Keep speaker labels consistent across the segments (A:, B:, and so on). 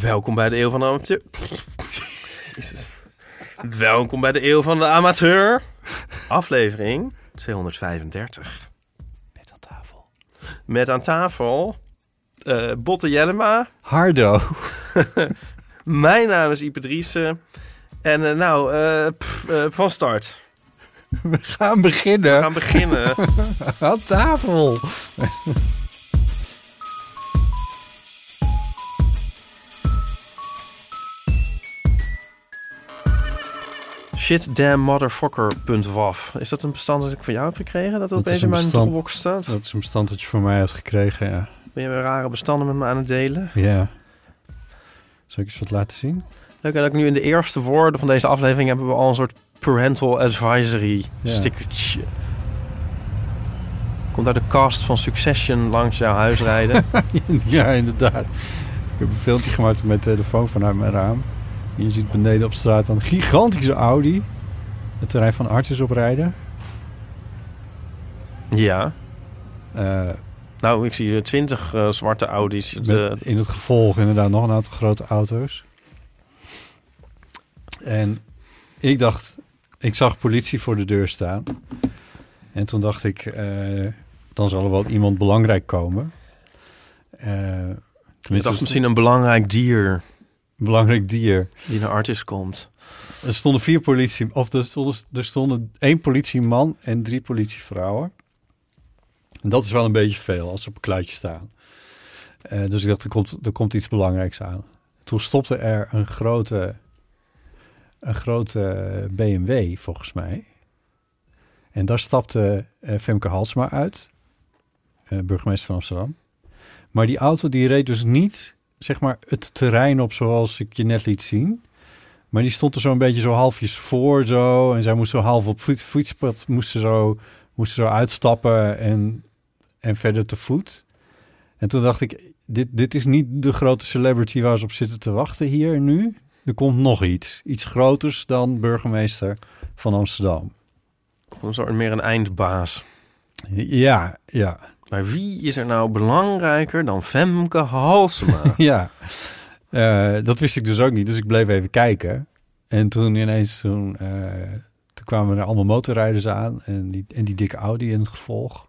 A: Welkom bij de Eeuw van de Amateur. Jezus. Welkom bij de Eeuw van de Amateur. Aflevering 235. Met aan tafel. Met aan tafel eh, Botte Jellema.
B: Hardo.
A: Mijn naam is Ipe Driessen. En eh, nou, eh, pff, eh, van start.
B: We gaan
A: We
B: beginnen
A: gaan beginnen.
B: aan tafel.
A: Shitdammotherfucker.waf. Is dat een bestand dat ik van jou heb gekregen? Dat dat
B: Dat is
A: opeens
B: een
A: in mijn
B: bestand.
A: toolbox staat?
B: Dat is een bestand dat je van mij hebt gekregen, ja.
A: Ben je weer rare bestanden met me aan het delen?
B: ja. Zal ik eens wat laten zien?
A: Leuk en ook nu in de eerste woorden van deze aflevering hebben we al een soort parental advisory
B: Ja.
A: stickertje. Komt uit de cast van Succession langs jouw huis rijden.
B: ja, inderdaad. Ik heb een filmpje gemaakt met mijn telefoon vanuit mijn raam. En je ziet beneden op straat een gigantische Audi. Het terrein van Artis oprijden.
A: ja.
B: Eh,
A: Nou, ik zie twintig zwarte Audi's. De,
B: met in het gevolg inderdaad nog een aantal grote auto's. En ik dacht, ik zag politie voor de deur staan. En toen dacht ik, eh, dan zal er wel iemand belangrijk komen. Eh,
A: ik
B: tenminste,
A: dacht misschien een belangrijk dier
B: een belangrijk dier.
A: die naar Artis komt.
B: Er stonden vier politie, of er stonden, er stonden één politieman en drie politievrouwen. En dat is wel een beetje veel als ze op een kluitje staan. Eh, dus ik dacht, er komt, er komt iets belangrijks aan. Toen stopte er een grote, een grote BMW, volgens mij. En daar stapte eh, Femke Halsma uit, eh, burgemeester van Amsterdam. Maar die auto die reed dus niet, zeg maar, het terrein op zoals ik je net liet zien. Maar die stond er zo'n beetje zo halfjes voor zo. En zij moest zo half op voet, voetspad, moest ze zo, moest ze zo uitstappen en, en verder te voet. En toen dacht ik, dit, dit is niet de grote celebrity waar ze op zitten te wachten hier nu. Er komt nog iets. Iets groters dan burgemeester van Amsterdam.
A: Gewoon een soort meer een eindbaas.
B: Ja, ja,
A: Maar wie is er nou belangrijker dan Femke Halsema?
B: ja. Eh, dat wist ik dus ook niet, dus ik bleef even kijken. En toen ineens, toen, eh, toen kwamen er allemaal motorrijders aan en die, en die dikke Audi in het gevolg.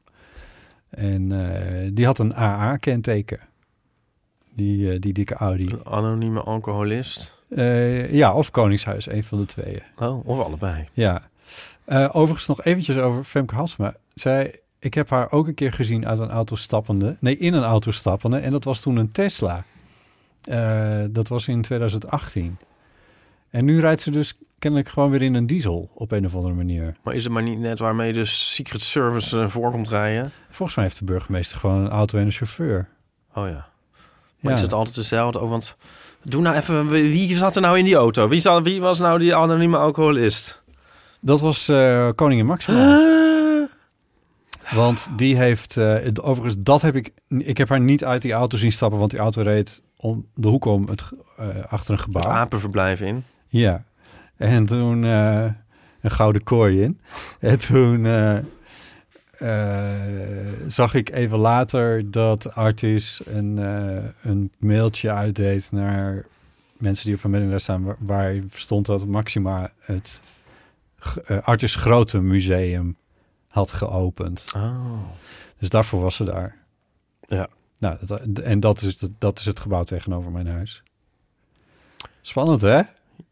B: En eh, die had een AA-kenteken, die, eh, die dikke Audi.
A: een anonieme alcoholist?
B: Eh, ja, of Koningshuis, een van de tweeën.
A: Oh, of allebei.
B: Ja. Eh, overigens nog eventjes over Femke Halsema. Zij, ik heb haar ook een keer gezien uit een auto stappende. Nee, in een auto stappende. En dat was toen een Tesla. Eh, dat was in 2018. En nu rijdt ze dus kennelijk gewoon weer in een diesel op een of andere manier.
A: Maar is het maar niet net waarmee de Secret Service eh, voorkomt rijden?
B: Volgens mij heeft de burgemeester gewoon een auto en een chauffeur.
A: Oh ja. Maar
B: Ja.
A: is het altijd dezelfde? Oh, want doe nou even, wie wie zat er nou in die auto? Wie, zat, wie was nou die anonieme alcoholist?
B: Dat was eh, koningin Maxima. Want die heeft, eh, het- overigens, dat heb ik, ik heb haar niet uit die auto zien stappen, want die auto reed om de hoek om het, ge- eh, achter een
A: Het
B: gebouw.
A: apenverblijf in.
B: Ja. En toen eh, een gouden kooi in. En toen eh, eh, zag ik even later dat Artis een, eh, een mailtje uitdeed naar mensen die op een mailinglijst staan, waar, waar stond dat Maxima het g- eh, Artis Grote Museum had geopend.
A: Oh.
B: Dus daarvoor was ze daar.
A: Ja.
B: Nou, dat, en dat is, het- dat is het gebouw tegenover mijn huis. Spannend, hè?
A: Je,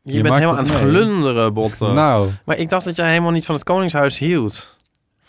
B: Je
A: bent
B: maakt
A: helemaal aan
B: het
A: het
B: mee.
A: glunderen, Botte.
B: Nou,
A: Maar ik dacht dat jij helemaal niet van het Koningshuis hield.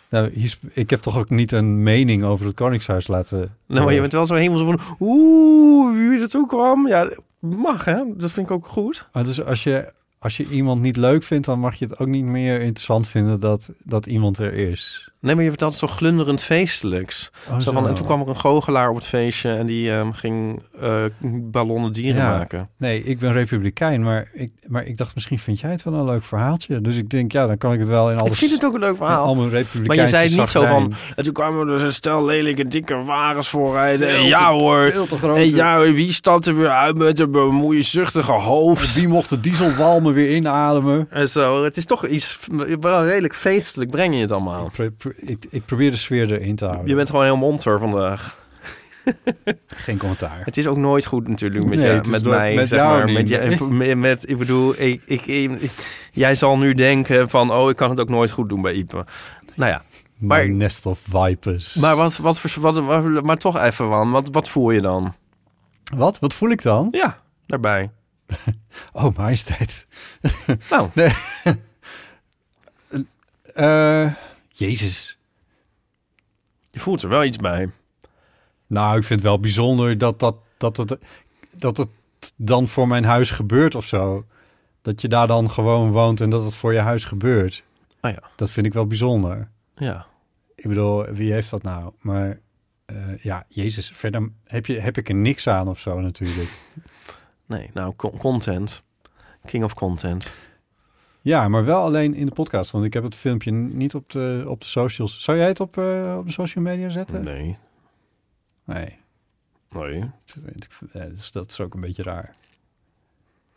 B: Nou, hier is- ik heb toch ook niet een mening over het Koningshuis laten.
A: Nou, maar je bent wel zo hemels van... Oeh, wie dat ook kwam. Ja, mag hè. Dat vind ik ook goed.
B: Maar dus als je, als je iemand niet leuk vindt, dan mag je het ook niet meer interessant vinden dat, dat iemand er is.
A: Nee, maar je vertelt het zo glunderend feestelijks.
B: Oh,
A: Zo van, en toen kwam er een goochelaar op het feestje en die ehm, ging eh, ballonnen dieren
B: Ja.
A: maken.
B: Nee, ik ben republikein, maar ik, maar ik dacht misschien vind jij het wel een leuk verhaaltje. Dus ik denk, ja, dan kan ik het wel in alles...
A: Ik vind het ook een leuk
B: in al
A: verhaal.
B: mijn
A: Maar je
B: republikeinse
A: zei het niet zo
B: zagrijn.
A: van... En toen kwamen er dus een stel lelijke dikke wagens voorrijden. En eh,
B: Veel
A: ja
B: te-
A: hoor,
B: Veel te groot.
A: en ja, hoor, wie stapt er weer uit met een bemoeizuchtige hoofd?
B: Wie mocht de dieselwalmen weer inademen?
A: En zo, het is toch iets... Wel redelijk feestelijk breng je het allemaal.
B: Ik, pro- pro- ik, ik probeer de sfeer erin te houden.
A: Je bent gewoon heel monter vandaag.
B: geen commentaar.
A: Het is ook nooit goed natuurlijk met,
B: Nee,
A: je-
B: het is
A: met
B: nooit-
A: mij.
B: met
A: zeg
B: jou
A: maar.
B: niet.
A: Met, je- met, met- ik bedoel, ik, ik, ik- jij zal nu denken van... Oh, ik kan het ook nooit goed doen bij Ipe. Nou ja,
B: Maar
A: Maar-
B: nest of vipers.
A: maar, wat, wat, voor- wat, wat- maar toch even, Wan. Wat, wat voel je dan?
B: wat? Wat voel ik dan?
A: Ja, daarbij.
B: Oh, majesteit.
A: Nou,
B: Eh, Jezus.
A: je voelt er wel iets bij.
B: Nou, ik vind het wel bijzonder dat, dat, dat, het, dat het dan voor mijn huis gebeurt of zo. Dat je daar dan gewoon woont en dat het voor je huis gebeurt.
A: Ah ja.
B: Dat vind ik wel bijzonder.
A: Ja.
B: Ik bedoel, wie heeft dat nou? Maar eh, ja, Jezus, verder heb, je, heb ik er niks aan of zo natuurlijk.
A: Nee, nou, con- content. King of content.
B: Ja, maar wel alleen in de podcast, want ik heb het filmpje niet op de, op de socials. Zou jij het op, eh, op de social media zetten?
A: Nee,
B: Nee.
A: nee.
B: Eh, Dus dat is ook een beetje raar.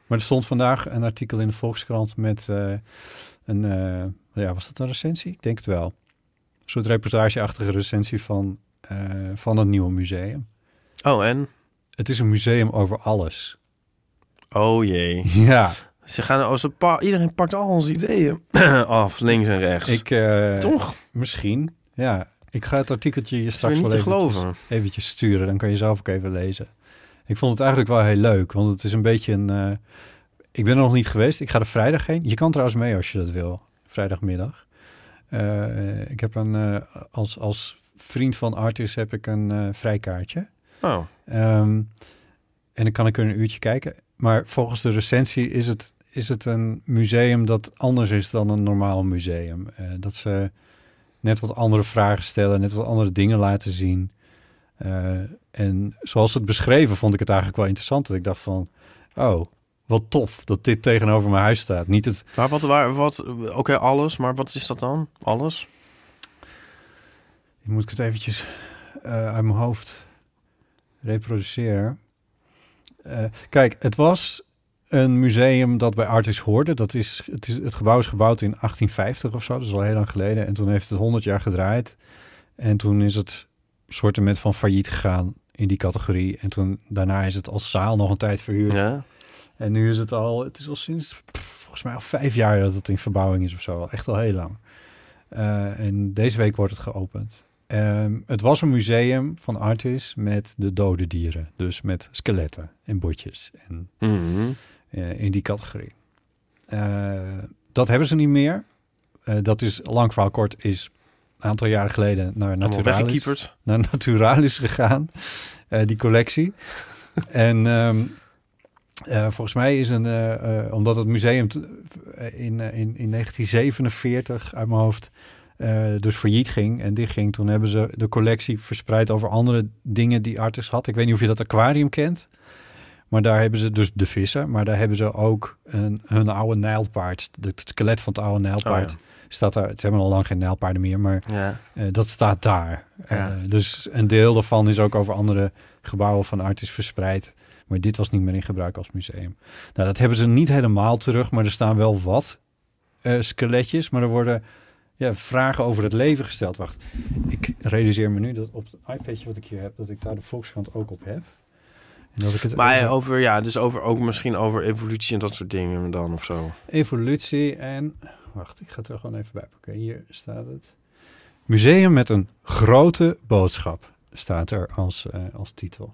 B: Maar er stond vandaag een artikel in de Volkskrant met eh, een... eh, ja, was dat een recensie? Ik denk het wel. Een soort reportageachtige recensie van, eh, van het nieuwe museum.
A: Oh, en?
B: Het is een museum over alles.
A: Oh jee.
B: Ja,
A: Ze gaan, oh, ze pa- iedereen pakt al onze ideeën af, links en rechts.
B: ik... eh,
A: Toch?
B: Misschien, ja. Ik ga het artikeltje je
A: Dat
B: straks
A: is weer
B: wel
A: niet te
B: eventjes,
A: geloven.
B: eventjes sturen. Dan kan je zelf ook even lezen. Ik vond het eigenlijk wel heel leuk, want het is een beetje een... eh, ik ben er nog niet geweest. Ik ga er vrijdag heen. Je kan trouwens mee als je dat wil. Vrijdagmiddag. Eh, ik heb een... eh, als, als vriend van Artis heb ik een eh, vrijkaartje.
A: Oh,
B: Ehm, en dan kan ik er een uurtje kijken. Maar volgens de recensie is het, is het een museum dat anders is dan een normaal museum. Eh, dat ze net wat andere vragen stellen, net wat andere dingen laten zien. Eh, en zoals het beschreven vond ik het eigenlijk wel interessant. Dat ik dacht van, oh, wat tof dat dit tegenover mijn huis staat. Niet het,
A: maar wat, waar, wat, oké, alles, maar wat is dat dan? Alles?
B: moet ik het eventjes eh, uit mijn hoofd reproduceren. Eh, kijk, het was een museum dat bij Artis hoorde. Dat is, het, is, het gebouw is gebouwd in 1850 of zo, dus al heel lang geleden. En toen heeft het 100 jaar gedraaid. En toen is het soortement van failliet gegaan in die categorie. En toen, daarna is het als zaal nog een tijd verhuurd.
A: Ja.
B: En nu is het al, het is al sinds pff, volgens mij al vijf jaar dat het in verbouwing is of zo. Al Echt al heel lang. Eh, en deze week wordt het geopend. Ehm, het was een museum van Artis met de dode dieren. Dus met skeletten en botjes en
A: Mhm.
B: eh, in die categorie. Eh, dat hebben ze niet meer. Eh, dat is, lang verhaal kort, is een aantal jaren geleden naar
A: Allemaal
B: Naturalis
A: weggekieperd.
B: naar Naturalis gegaan, eh, die collectie. en ehm, eh, volgens mij is een, eh, eh, omdat het museum t- eh, in, eh, in, in 1947 uit mijn hoofd eh, dus failliet ging en dichtging, toen hebben ze de collectie verspreid over andere dingen die Artis had. Ik weet niet of je dat aquarium kent. Maar daar hebben ze dus de vissen, maar daar hebben ze ook een, hun oude nijlpaard. Het skelet van het oude nijlpaard
A: Oh
B: staat daar. Ze hebben al lang geen nijlpaarden meer, maar
A: Ja.
B: eh, dat staat daar.
A: Ja.
B: Eh, dus een deel daarvan is ook over andere gebouwen van Artis verspreid. Maar dit was niet meer in gebruik als museum. Nou, dat hebben ze niet helemaal terug, maar er staan wel wat eh, skeletjes. Maar er worden ja, vragen over het leven gesteld. Wacht, ik realiseer me nu dat op het iPadje wat ik hier heb, dat ik daar de Volkskrant ook op heb. En dat ik het
A: Maar
B: over
A: eh, over, ja, dus over, ook misschien over evolutie en dat soort dingen dan of zo.
B: evolutie en... Wacht, ik ga het er gewoon even bij pakken. Hier staat het. Museum met een grote boodschap staat er als, eh, als titel.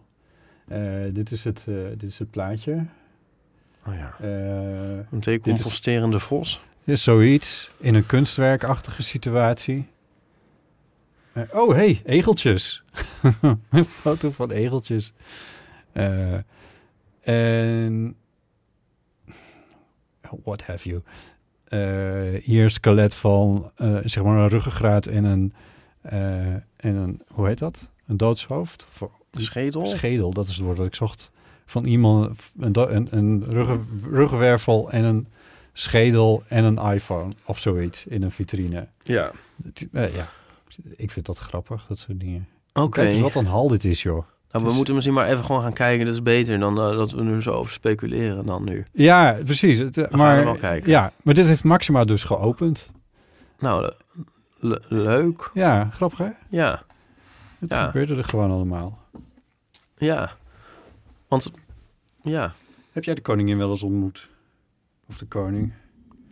B: Eh, dit, is het, eh, dit is het plaatje.
A: Oh ja.
B: Eh,
A: Een decomposterende vos.
B: is zoiets in een kunstwerkachtige situatie. Eh, oh, hey, egeltjes. Een foto van egeltjes. Eh, en... What have you. Eh, hier is skelet van, eh, zeg maar, een ruggengraat en een... eh, en een, hoe heet dat? Een doodshoofd? Of
A: Schedel?
B: schedel, dat is het woord dat ik zocht. Van iemand, een, do- een, een ruggen- ruggenwervel en een schedel en een iPhone of zoiets in een vitrine.
A: Ja.
B: Het- eh, ja, ik vind dat grappig, dat soort dingen.
A: Oké.
B: Kijk eens wat een hal dit is, joh.
A: Nou, we
B: Het is-
A: moeten misschien maar even gewoon gaan kijken. Dat is beter dan eh, dat we nu zo over speculeren dan nu.
B: Ja, precies. Het, eh,
A: gaan
B: maar,
A: er wel kijken.
B: ja, maar dit heeft Maxima dus geopend.
A: Nou, le- le- leuk.
B: Ja, grappig hè?
A: Ja,
B: Het
A: Ja.
B: gebeurde er gewoon allemaal.
A: ja. Want, ja.
B: Heb jij de koningin wel eens ontmoet? Of de koning?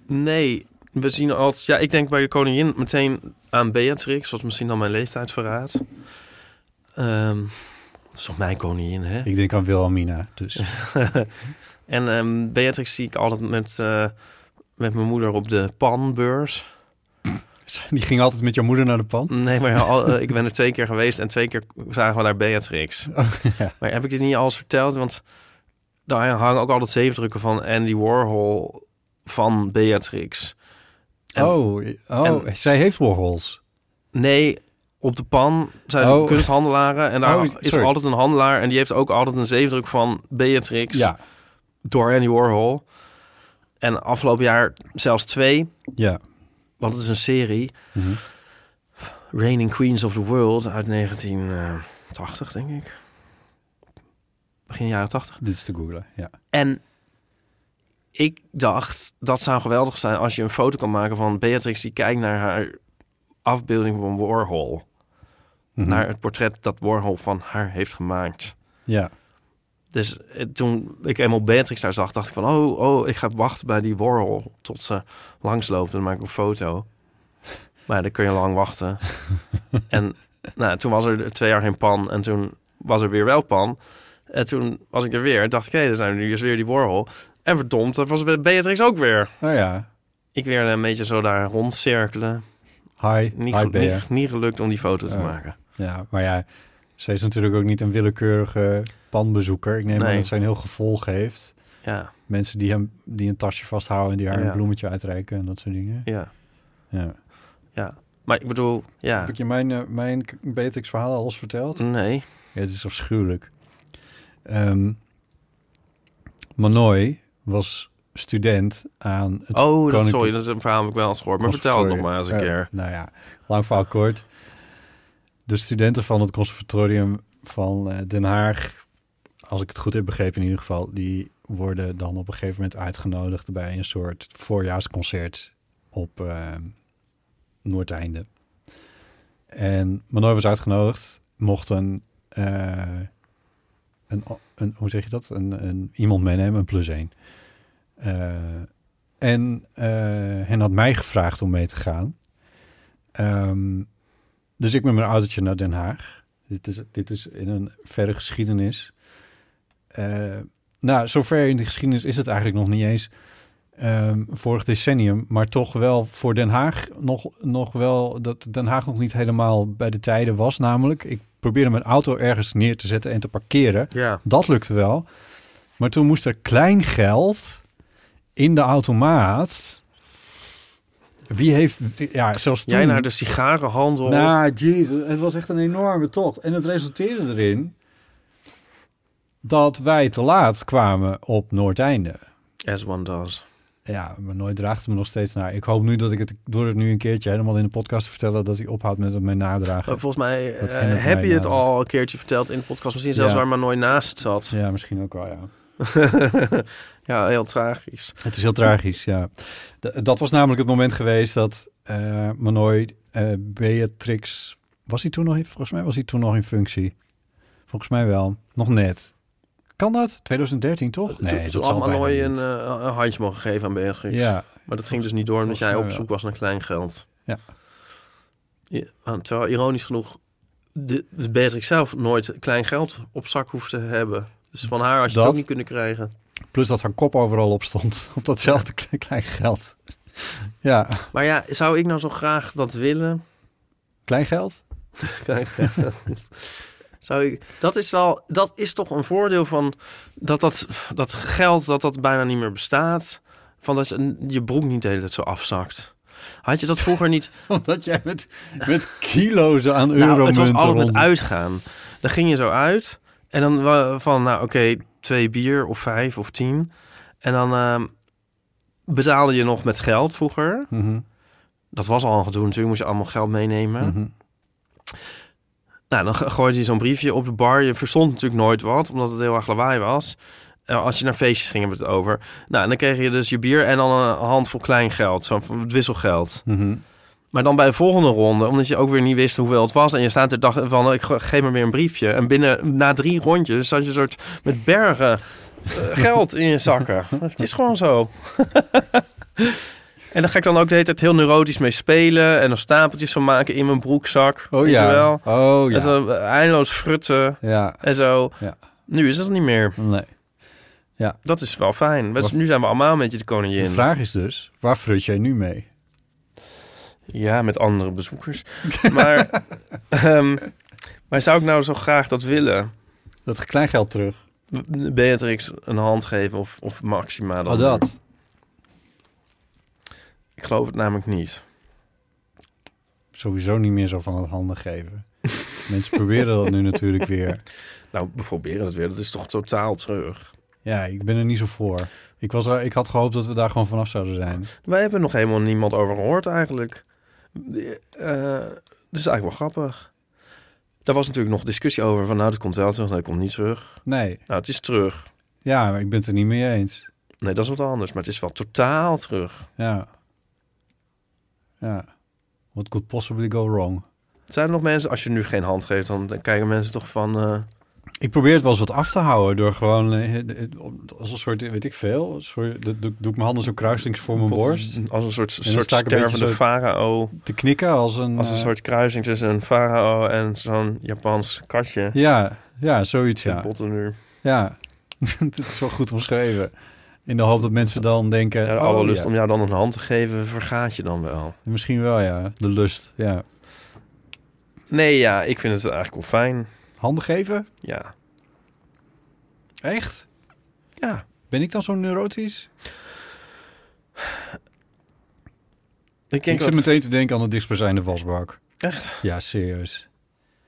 A: Nee, we zien altijd... Ja, ik denk bij de koningin meteen aan Beatrix, wat misschien dan mijn leeftijd verraadt. Ehm, dat is toch mijn koningin, hè?
B: Ik denk aan Wilhelmina, dus.
A: en ehm, Beatrix zie ik altijd met, eh, met mijn moeder op de panbeurs.
B: Die ging altijd met jouw moeder naar de pan.
A: Nee, maar al- eh, ik ben er twee keer geweest en twee keer zagen we daar Beatrix.
B: Oh, ja.
A: Maar heb ik dit niet alles verteld? Want daar hangen ook altijd zeefdrukken van Andy Warhol van Beatrix. En-
B: oh, oh zij heeft Warhols.
A: Nee, op de pan zijn
B: Oh.
A: kunsthandelaren. En daar
B: Oh,
A: is
B: sorry.
A: altijd een handelaar. En die heeft ook altijd een zeefdruk van Beatrix
B: Ja,
A: door Andy Warhol. En afgelopen jaar zelfs twee,
B: ja.
A: want het is een serie.
B: Mhm.
A: Reigning Queens of the World uit 1980, denk ik. Begin jaren 80.
B: Dit is te googlen, ja.
A: En ik dacht, dat zou geweldig zijn als je een foto kan maken van Beatrix die kijkt naar haar afbeelding van Warhol.
B: Mhm.
A: Naar het portret dat Warhol van haar heeft gemaakt.
B: Ja,
A: Dus eh, toen ik eenmaal Beatrix daar zag, dacht ik van... oh, oh ik ga wachten bij die Warhol tot ze langsloopt en dan maak ik een foto. Maar ja, dan kun je lang wachten. en nou, toen was er twee jaar geen pan en toen was er weer wel pan. En toen was ik er weer en dacht ik, hé, er zijn nu dus weer die Warhol. En verdomd, dat was Beatrix ook weer.
B: oh ja.
A: Ik weer een beetje zo daar rondcirkelen.
B: Hi,
A: Niet,
B: hi
A: gelu-
B: Bea.
A: niet, niet gelukt om die foto te
B: Ja.
A: maken.
B: Ja, maar ja, ze is natuurlijk ook niet een willekeurige panbezoeker. Ik neem aan
A: Nee.
B: dat zij een heel gevolg heeft.
A: Ja,
B: Mensen die, hem, die een tasje vasthouden en die haar
A: Ja.
B: een bloemetje uitreiken en dat soort dingen.
A: ja,
B: Ja.
A: ja. Maar ik bedoel, ja.
B: Heb ik je mijn, eh, mijn Beatrix verhaal al eens verteld?
A: Nee.
B: Ja, het is afschuwelijk. Ehm Manoy was student aan het
A: Oh, dat,
B: Koninklijk-
A: sorry, dat is een verhaal heb ik wel eens gehoord. Maar vertel het nog maar eens een
B: Conservatorium.
A: keer.
B: Eh, nou ja, lang verhaal kort. De studenten van het conservatorium van eh, Den Haag, als ik het goed heb begrepen in ieder geval, die worden dan op een gegeven moment uitgenodigd bij een soort voorjaarsconcert op eh, Noordeinde. En Manoy was uitgenodigd, mocht een, eh, een, een hoe zeg je dat, een, een, iemand meenemen, een plus één. Eh, en eh, hen had mij gevraagd om mee te gaan. Ehm, dus ik met mijn autootje naar Den Haag. Dit is, dit is in een verre geschiedenis. Eh, nou, zover in de geschiedenis is het eigenlijk nog niet eens. ehm, vorig decennium, maar toch wel voor Den Haag nog, nog wel dat Den Haag nog niet helemaal bij de tijden was. Namelijk, ik probeerde mijn auto ergens neer te zetten en te parkeren.
A: Ja.
B: Dat lukte wel. Maar toen moest er klein geld in de automaat. Wie heeft... Ja, zelfs toen...
A: Jij naar de sigarenhandel.
B: Nou, jezus. Het was echt een enorme tocht. En het resulteerde erin... dat wij te laat kwamen op Noordeinde.
A: As one does.
B: Ja, maar nooit draagt het me nog steeds naar. Ik hoop nu dat ik het... door het nu een keertje helemaal in de podcast te vertellen... dat hij ophoudt met het mij nadragen.
A: Maar volgens mij
B: Dat
A: eh,
B: ken ik
A: heb
B: mij,
A: je het
B: ja.
A: al een keertje verteld in de podcast. Misschien zelfs
B: Ja.
A: waar maar nooit naast zat. Ja,
B: Ja, misschien ook wel, ja.
A: heel tragisch.
B: Het is heel tragisch, ja. D- dat was namelijk het moment geweest dat eh Manoy eh, Beatrix... Was hij toen nog in, volgens mij was hij toen nog in functie. Volgens mij wel. Nog net. Kan dat? 2013 toch?
A: Toen- toen
B: zal
A: had maar
B: bijna
A: nooit een,
B: niet.
A: eh, een handje mogen geven aan Beatrix.
B: Ja,
A: Maar dat ging dus niet door omdat
B: Volgens
A: jij
B: mij
A: op zoek was naar kleingeld.
B: Ja.
A: Ja, en terwijl ironisch genoeg de, de Beatrix zelf nooit kleingeld op zak hoeft te hebben. Dus van haar had je
B: Dat-
A: het ook niet kunnen krijgen.
B: plus dat haar kop overal op stond. Op datzelfde kle- klein geld. ja,
A: Maar ja, zou ik nou zo graag dat willen?
B: klein geld?
A: Zou ik, dat is wel, dat is toch een voordeel van dat, dat dat geld dat dat bijna niet meer bestaat. Van dat je- je broek niet de hele tijd zo afzakt. Had je dat vroeger niet?
B: Omdat jij met, met kilo's aan
A: Nou, het
B: euromunten
A: was altijd met
B: rond-
A: uitgaan. Dan ging je zo uit. En dan wa- van, nou oké, twee bier of vijf of tien. En dan ehm, betaalde je nog met geld vroeger.
B: Mhm,
A: Dat was al een gedoe natuurlijk, moest je allemaal geld meenemen.
B: mhm.
A: Nou, dan ge- gooide je zo'n briefje op de bar. Je verstond natuurlijk nooit wat, omdat het heel erg lawaai was. Eh, als je naar feestjes ging, hebben we het over. Nou, en dan kreeg je dus je bier en dan een handvol kleingeld, zo'n v- wisselgeld.
B: Mhm.
A: Maar dan bij de volgende ronde, omdat je ook weer niet wist hoeveel het was. En je staat er dag van, ik ge- geef me weer een briefje. En binnen, na drie rondjes, zat je soort met bergen eh, geld in je zakken. het is gewoon zo. en dan ga ik dan ook de hele tijd heel neurotisch mee spelen. En dan stapeltjes van maken in mijn broekzak.
B: Oh
A: weet je
B: ja.
A: wel.
B: Oh ja.
A: En zo eh, eindeloos frutten
B: ja.
A: en zo.
B: Ja.
A: Nu is dat niet meer.
B: Nee.
A: Dat is wel fijn. We-
B: Wat-
A: nu zijn we allemaal met je de
B: De
A: koningin.
B: vraag is dus, waar frut jij nu mee?
A: Ja, met andere bezoekers. maar, ehm, maar zou ik nou zo graag dat willen?
B: Dat kleingeld terug.
A: Beatrix een hand geven of, of Maxima dan?
B: Oh, dat.
A: Ik geloof het namelijk niet.
B: Sowieso niet meer zo van het handen geven. Mensen proberen dat nu natuurlijk weer.
A: Nou, we proberen het weer. Dat is toch totaal terug.
B: Ja, ik ben er niet zo voor. Ik, was er, ik had gehoopt dat we daar gewoon vanaf zouden zijn.
A: Wij hebben nog helemaal niemand over gehoord eigenlijk. Eh, dat is eigenlijk wel grappig. Daar was natuurlijk nog discussie over van nou, dat komt wel terug, nou, dat komt niet terug.
B: Nee,
A: Nou, het is terug.
B: ja, maar ik ben het er niet mee eens.
A: Nee, dat is wat anders. Maar het is wel totaal terug.
B: Ja. Ja. What could possibly go wrong?
A: Zijn er nog mensen, als je nu geen hand geeft, dan dan kijken mensen toch van... eh,
B: Ik probeer het wel eens wat af te houden door gewoon eh, het- het- als een soort, weet ik veel, een soort, dat doe, doe ik mijn handen zo kruislings voor mijn borst.
A: Als een soort,
B: dan
A: soort
B: sta ik een beetje
A: stervende
B: zo-
A: farao.
B: Te knikken als een.
A: Als een
B: eh,
A: soort kruising tussen een farao en zo'n Japans katje.
B: Ja, ja, zoiets
A: Ja.
B: ja.
A: Botten nu.
B: Ja, het is zo goed omschreven. In de hoop dat mensen dan denken,
A: Ja, de
B: oh,
A: alle lust
B: ja,
A: om jou dan een hand te geven, vergaat je dan wel.
B: misschien wel ja, de lust. Ja.
A: Nee, ja, ik vind het eigenlijk wel fijn.
B: Handen geven?
A: Ja.
B: Echt?
A: Ja.
B: Ben ik dan zo neurotisch?
A: Ik denk
B: Ik zit
A: dat...
B: meteen te denken aan de dichtstbijzijnde wasbak.
A: Echt.
B: Ja, serieus.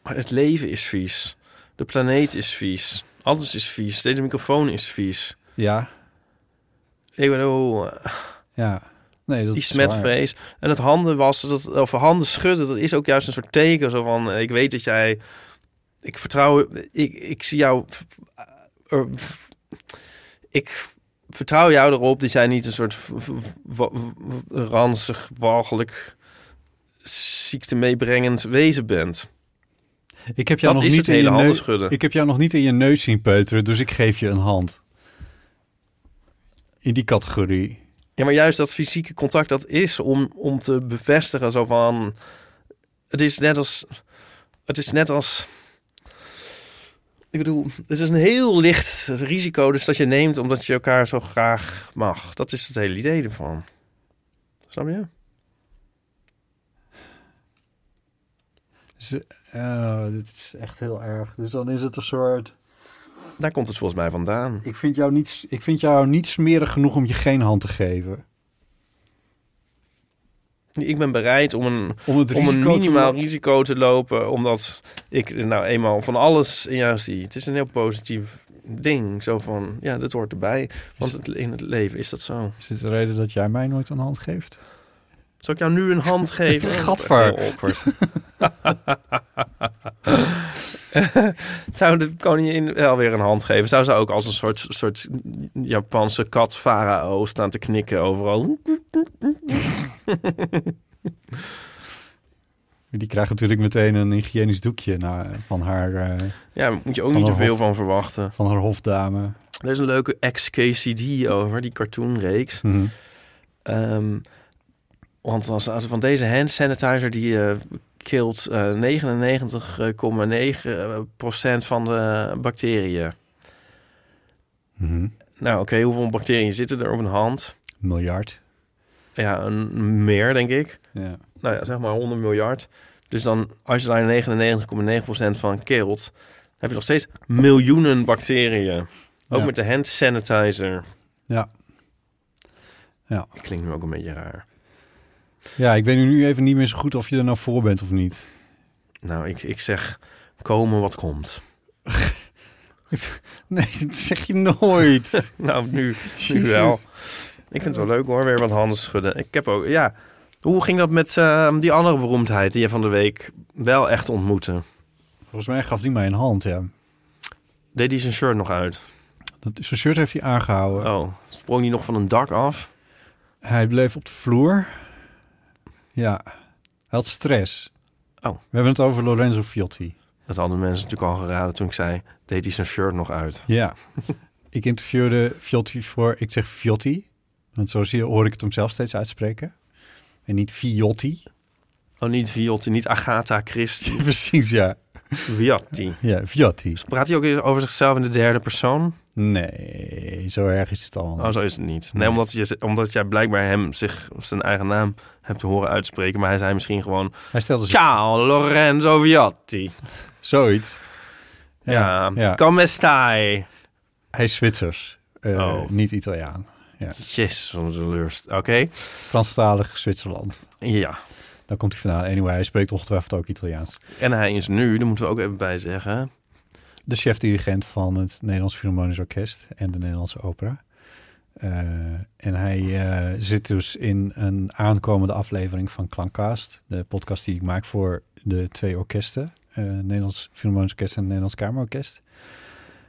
A: Maar het leven is vies. De planeet is vies. Alles is vies. Deze microfoon is vies.
B: Ja,
A: Ik bedoel, eh,
B: ja. Nee, dat
A: Die
B: is met
A: smetvrees. En het handen wassen, dat, of handen schudden, dat is ook juist een soort teken. Zo van, eh, ik weet dat jij... Ik vertrouw... Ik, ik zie jou... er- ik vertrouw jou erop dat jij niet een soort v- v- wa- w- ranzig, walgelijk, ziekte meebrengend wezen bent.
B: Ik heb jou
A: dat
B: nog
A: is
B: niet
A: het
B: in
A: hele
B: je
A: handen
B: neus.
A: schudden.
B: Ik heb jou nog niet in je neus zien peuteren, dus ik geef je een hand. In die categorie.
A: Ja, maar juist dat fysieke contact, dat is om, om te bevestigen zo van... Het is net als... Het is net als... Ik bedoel, het is een heel licht risico dus dat je neemt omdat je elkaar zo graag mag. Dat is het hele idee ervan. Snap je?
B: Dus, eh, dit is echt heel erg. Dus dan is het een soort.
A: Daar komt het volgens mij vandaan.
B: Ik vind, jou niet, ik vind jou niet smerig genoeg om je geen hand te geven.
A: Ik ben bereid om een,
B: Om het
A: om een
B: risico
A: minimaal
B: te
A: risico te lopen, omdat ik nou eenmaal van alles in jou zie. Het is een heel positief ding. Zo van, ja, dat hoort erbij. Want het, in het leven is dat zo.
B: Is dit de reden dat jij mij nooit een hand geeft?
A: Zal ik jou nu een hand geven?
B: Gadver.
A: Dat is heel awkward. Zou de koningin wel weer een hand geven? Zou ze ook als een soort, soort Japanse kat farao staan te knikken overal?
B: Die krijgt natuurlijk meteen een hygiënisch doekje na, van, haar, eh,
A: Ja, daar moet je ook
B: Van
A: niet te
B: een
A: veel
B: hof.
A: van verwachten.
B: van haar hofdame.
A: Er is een leuke ex-KCD over, die cartoonreeks.
B: Hm.
A: Ehm, want dan zaten ze van deze hand sanitizer die eh kilt eh, 99,9% eh, van de bacteriën.
B: Mhm.
A: Nou oké, hoeveel bacteriën zitten er op een hand?
B: Miljard.
A: Ja, een, meer denk ik.
B: Ja.
A: Nou ja, zeg maar 100 miljard. Dus dan, als je daar 99,9% van keelt, dan heb je nog steeds miljoenen bacteriën. Ook
B: Ja.
A: met de hand sanitizer.
B: Ja.
A: Ik klink nu ook een beetje raar.
B: ja, ik weet nu even niet meer zo goed of je er nou voor bent of niet.
A: Nou, ik, ik zeg komen wat komt.
B: Nee, dat zeg je nooit.
A: Nou, nu, nu
B: Jezus.
A: wel. Ik vind het wel leuk hoor, weer wat handen schudden. Ik heb ook, ja. Hoe ging dat met eh, die andere beroemdheid die je van de week wel echt ontmoette?
B: Volgens mij gaf die mij een hand, ja.
A: Deed hij zijn shirt nog uit?
B: Dat, zijn shirt heeft hij aangehouden.
A: Oh, sprong hij nog van een dak af?
B: Hij bleef op de vloer. Ja, hij had stress.
A: Oh.
B: We hebben het over Lorenzo Fiotti.
A: Dat hadden mensen natuurlijk al geraden toen ik zei, deed hij zijn shirt nog uit?
B: Ja. ik interviewde Fiotti voor, ik zeg Fiotti, want zo zie, hoor ik het hem zelf steeds uitspreken. En niet Fiotti.
A: Oh, niet Viotti, niet Agatha Christie,
B: Precies, ja.
A: Viotti.
B: Ja, Fiotti.
A: Praat hij ook eens over zichzelf in de derde persoon?
B: Nee, zo erg is het allemaal.
A: Oh, zo is het niet. Nee, omdat, je, omdat jij blijkbaar hem zich zijn eigen naam hebt horen uitspreken. Maar hij zei misschien gewoon...
B: Hij stelde zich
A: Ciao, Lorenzo Viotti.
B: zoiets.
A: Ja,
B: ja.
A: come stai?
B: Hij is Zwitsers, eh,
A: Oh.
B: niet Italiaan.
A: Jezus, wat een teleurst. Oké,
B: Franstalig Zwitserland.
A: ja.
B: Daar komt hij vandaan. Anyway, hij spreekt ongetwijfeld ook Italiaans.
A: En hij is nu, daar moeten we ook even bij zeggen...
B: de chef-dirigent van het Nederlands Philharmonisch Orkest en de Nederlandse Opera. Eh, en hij eh, zit dus in een aankomende aflevering van Klankcast, de podcast die ik maak voor de twee orkesten, eh, het Nederlands Philharmonisch Orkest en het Nederlands Kamerorkest.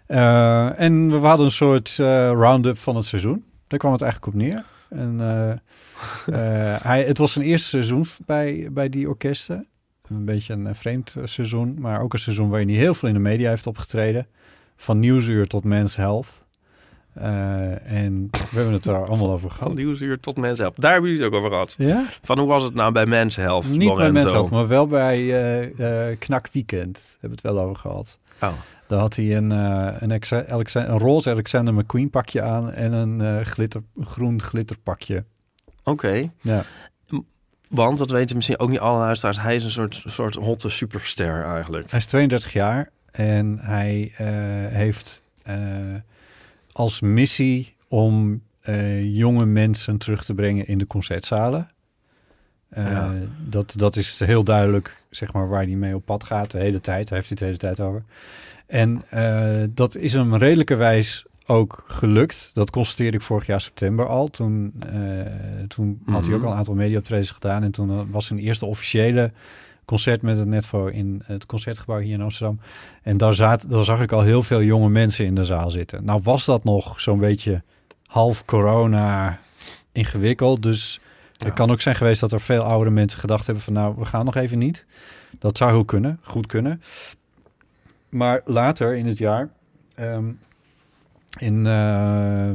B: Eh, en we hadden een soort eh, round-up van het seizoen. Daar kwam het eigenlijk op neer. En, eh, eh, hij, het was zijn eerste seizoen bij, bij die orkesten een beetje een eh, vreemd eh, seizoen, maar ook een seizoen waarin hij heel veel in de media heeft opgetreden. Van Nieuwsuur tot Men's Health. Eh, en we hebben het daar allemaal over
A: Van
B: gehad.
A: nieuwsuur tot mensenhelft. Daar hebben jullie het ook over gehad.
B: Ja?
A: Van hoe was het nou bij mensenhelft,
B: Niet bij
A: Lorenzo?
B: Men's Health, maar wel bij eh, eh, Knak Weekend hebben we het wel over gehad.
A: Oh.
B: Daar had hij een, eh, een, Exa- Alexa- een roze Alexander McQueen pakje aan en een eh, glitter, groen glitterpakje.
A: Oké.
B: Ja.
A: Want, dat weten misschien ook niet alle luisteraars, hij is een soort, soort hotte superster eigenlijk.
B: Hij is 32 jaar en hij eh, heeft eh, als missie om eh, jonge mensen terug te brengen in de concertzalen. Eh,
A: Ja.
B: dat, dat is heel duidelijk zeg maar, waar hij mee op pad gaat de hele tijd. Hij heeft het de hele tijd over. En eh, dat is hem redelijkerwijs ook gelukt. Dat constateerde ik vorig jaar september al. Toen, eh, toen had hij ook
A: Mhm.
B: al een aantal mediaoptredens gedaan. En toen eh, was zijn eerste officiële concert met het Netvo in het concertgebouw hier in Amsterdam. En daar, zaten, daar zag ik al heel veel jonge mensen in de zaal zitten. Nou was dat nog zo'n beetje half corona ingewikkeld. Dus het kan ook zijn geweest dat er veel oudere mensen gedacht hebben van... nou, we gaan nog even niet. Dat zou heel kunnen, goed kunnen. Maar later in het jaar, ehm, in eh,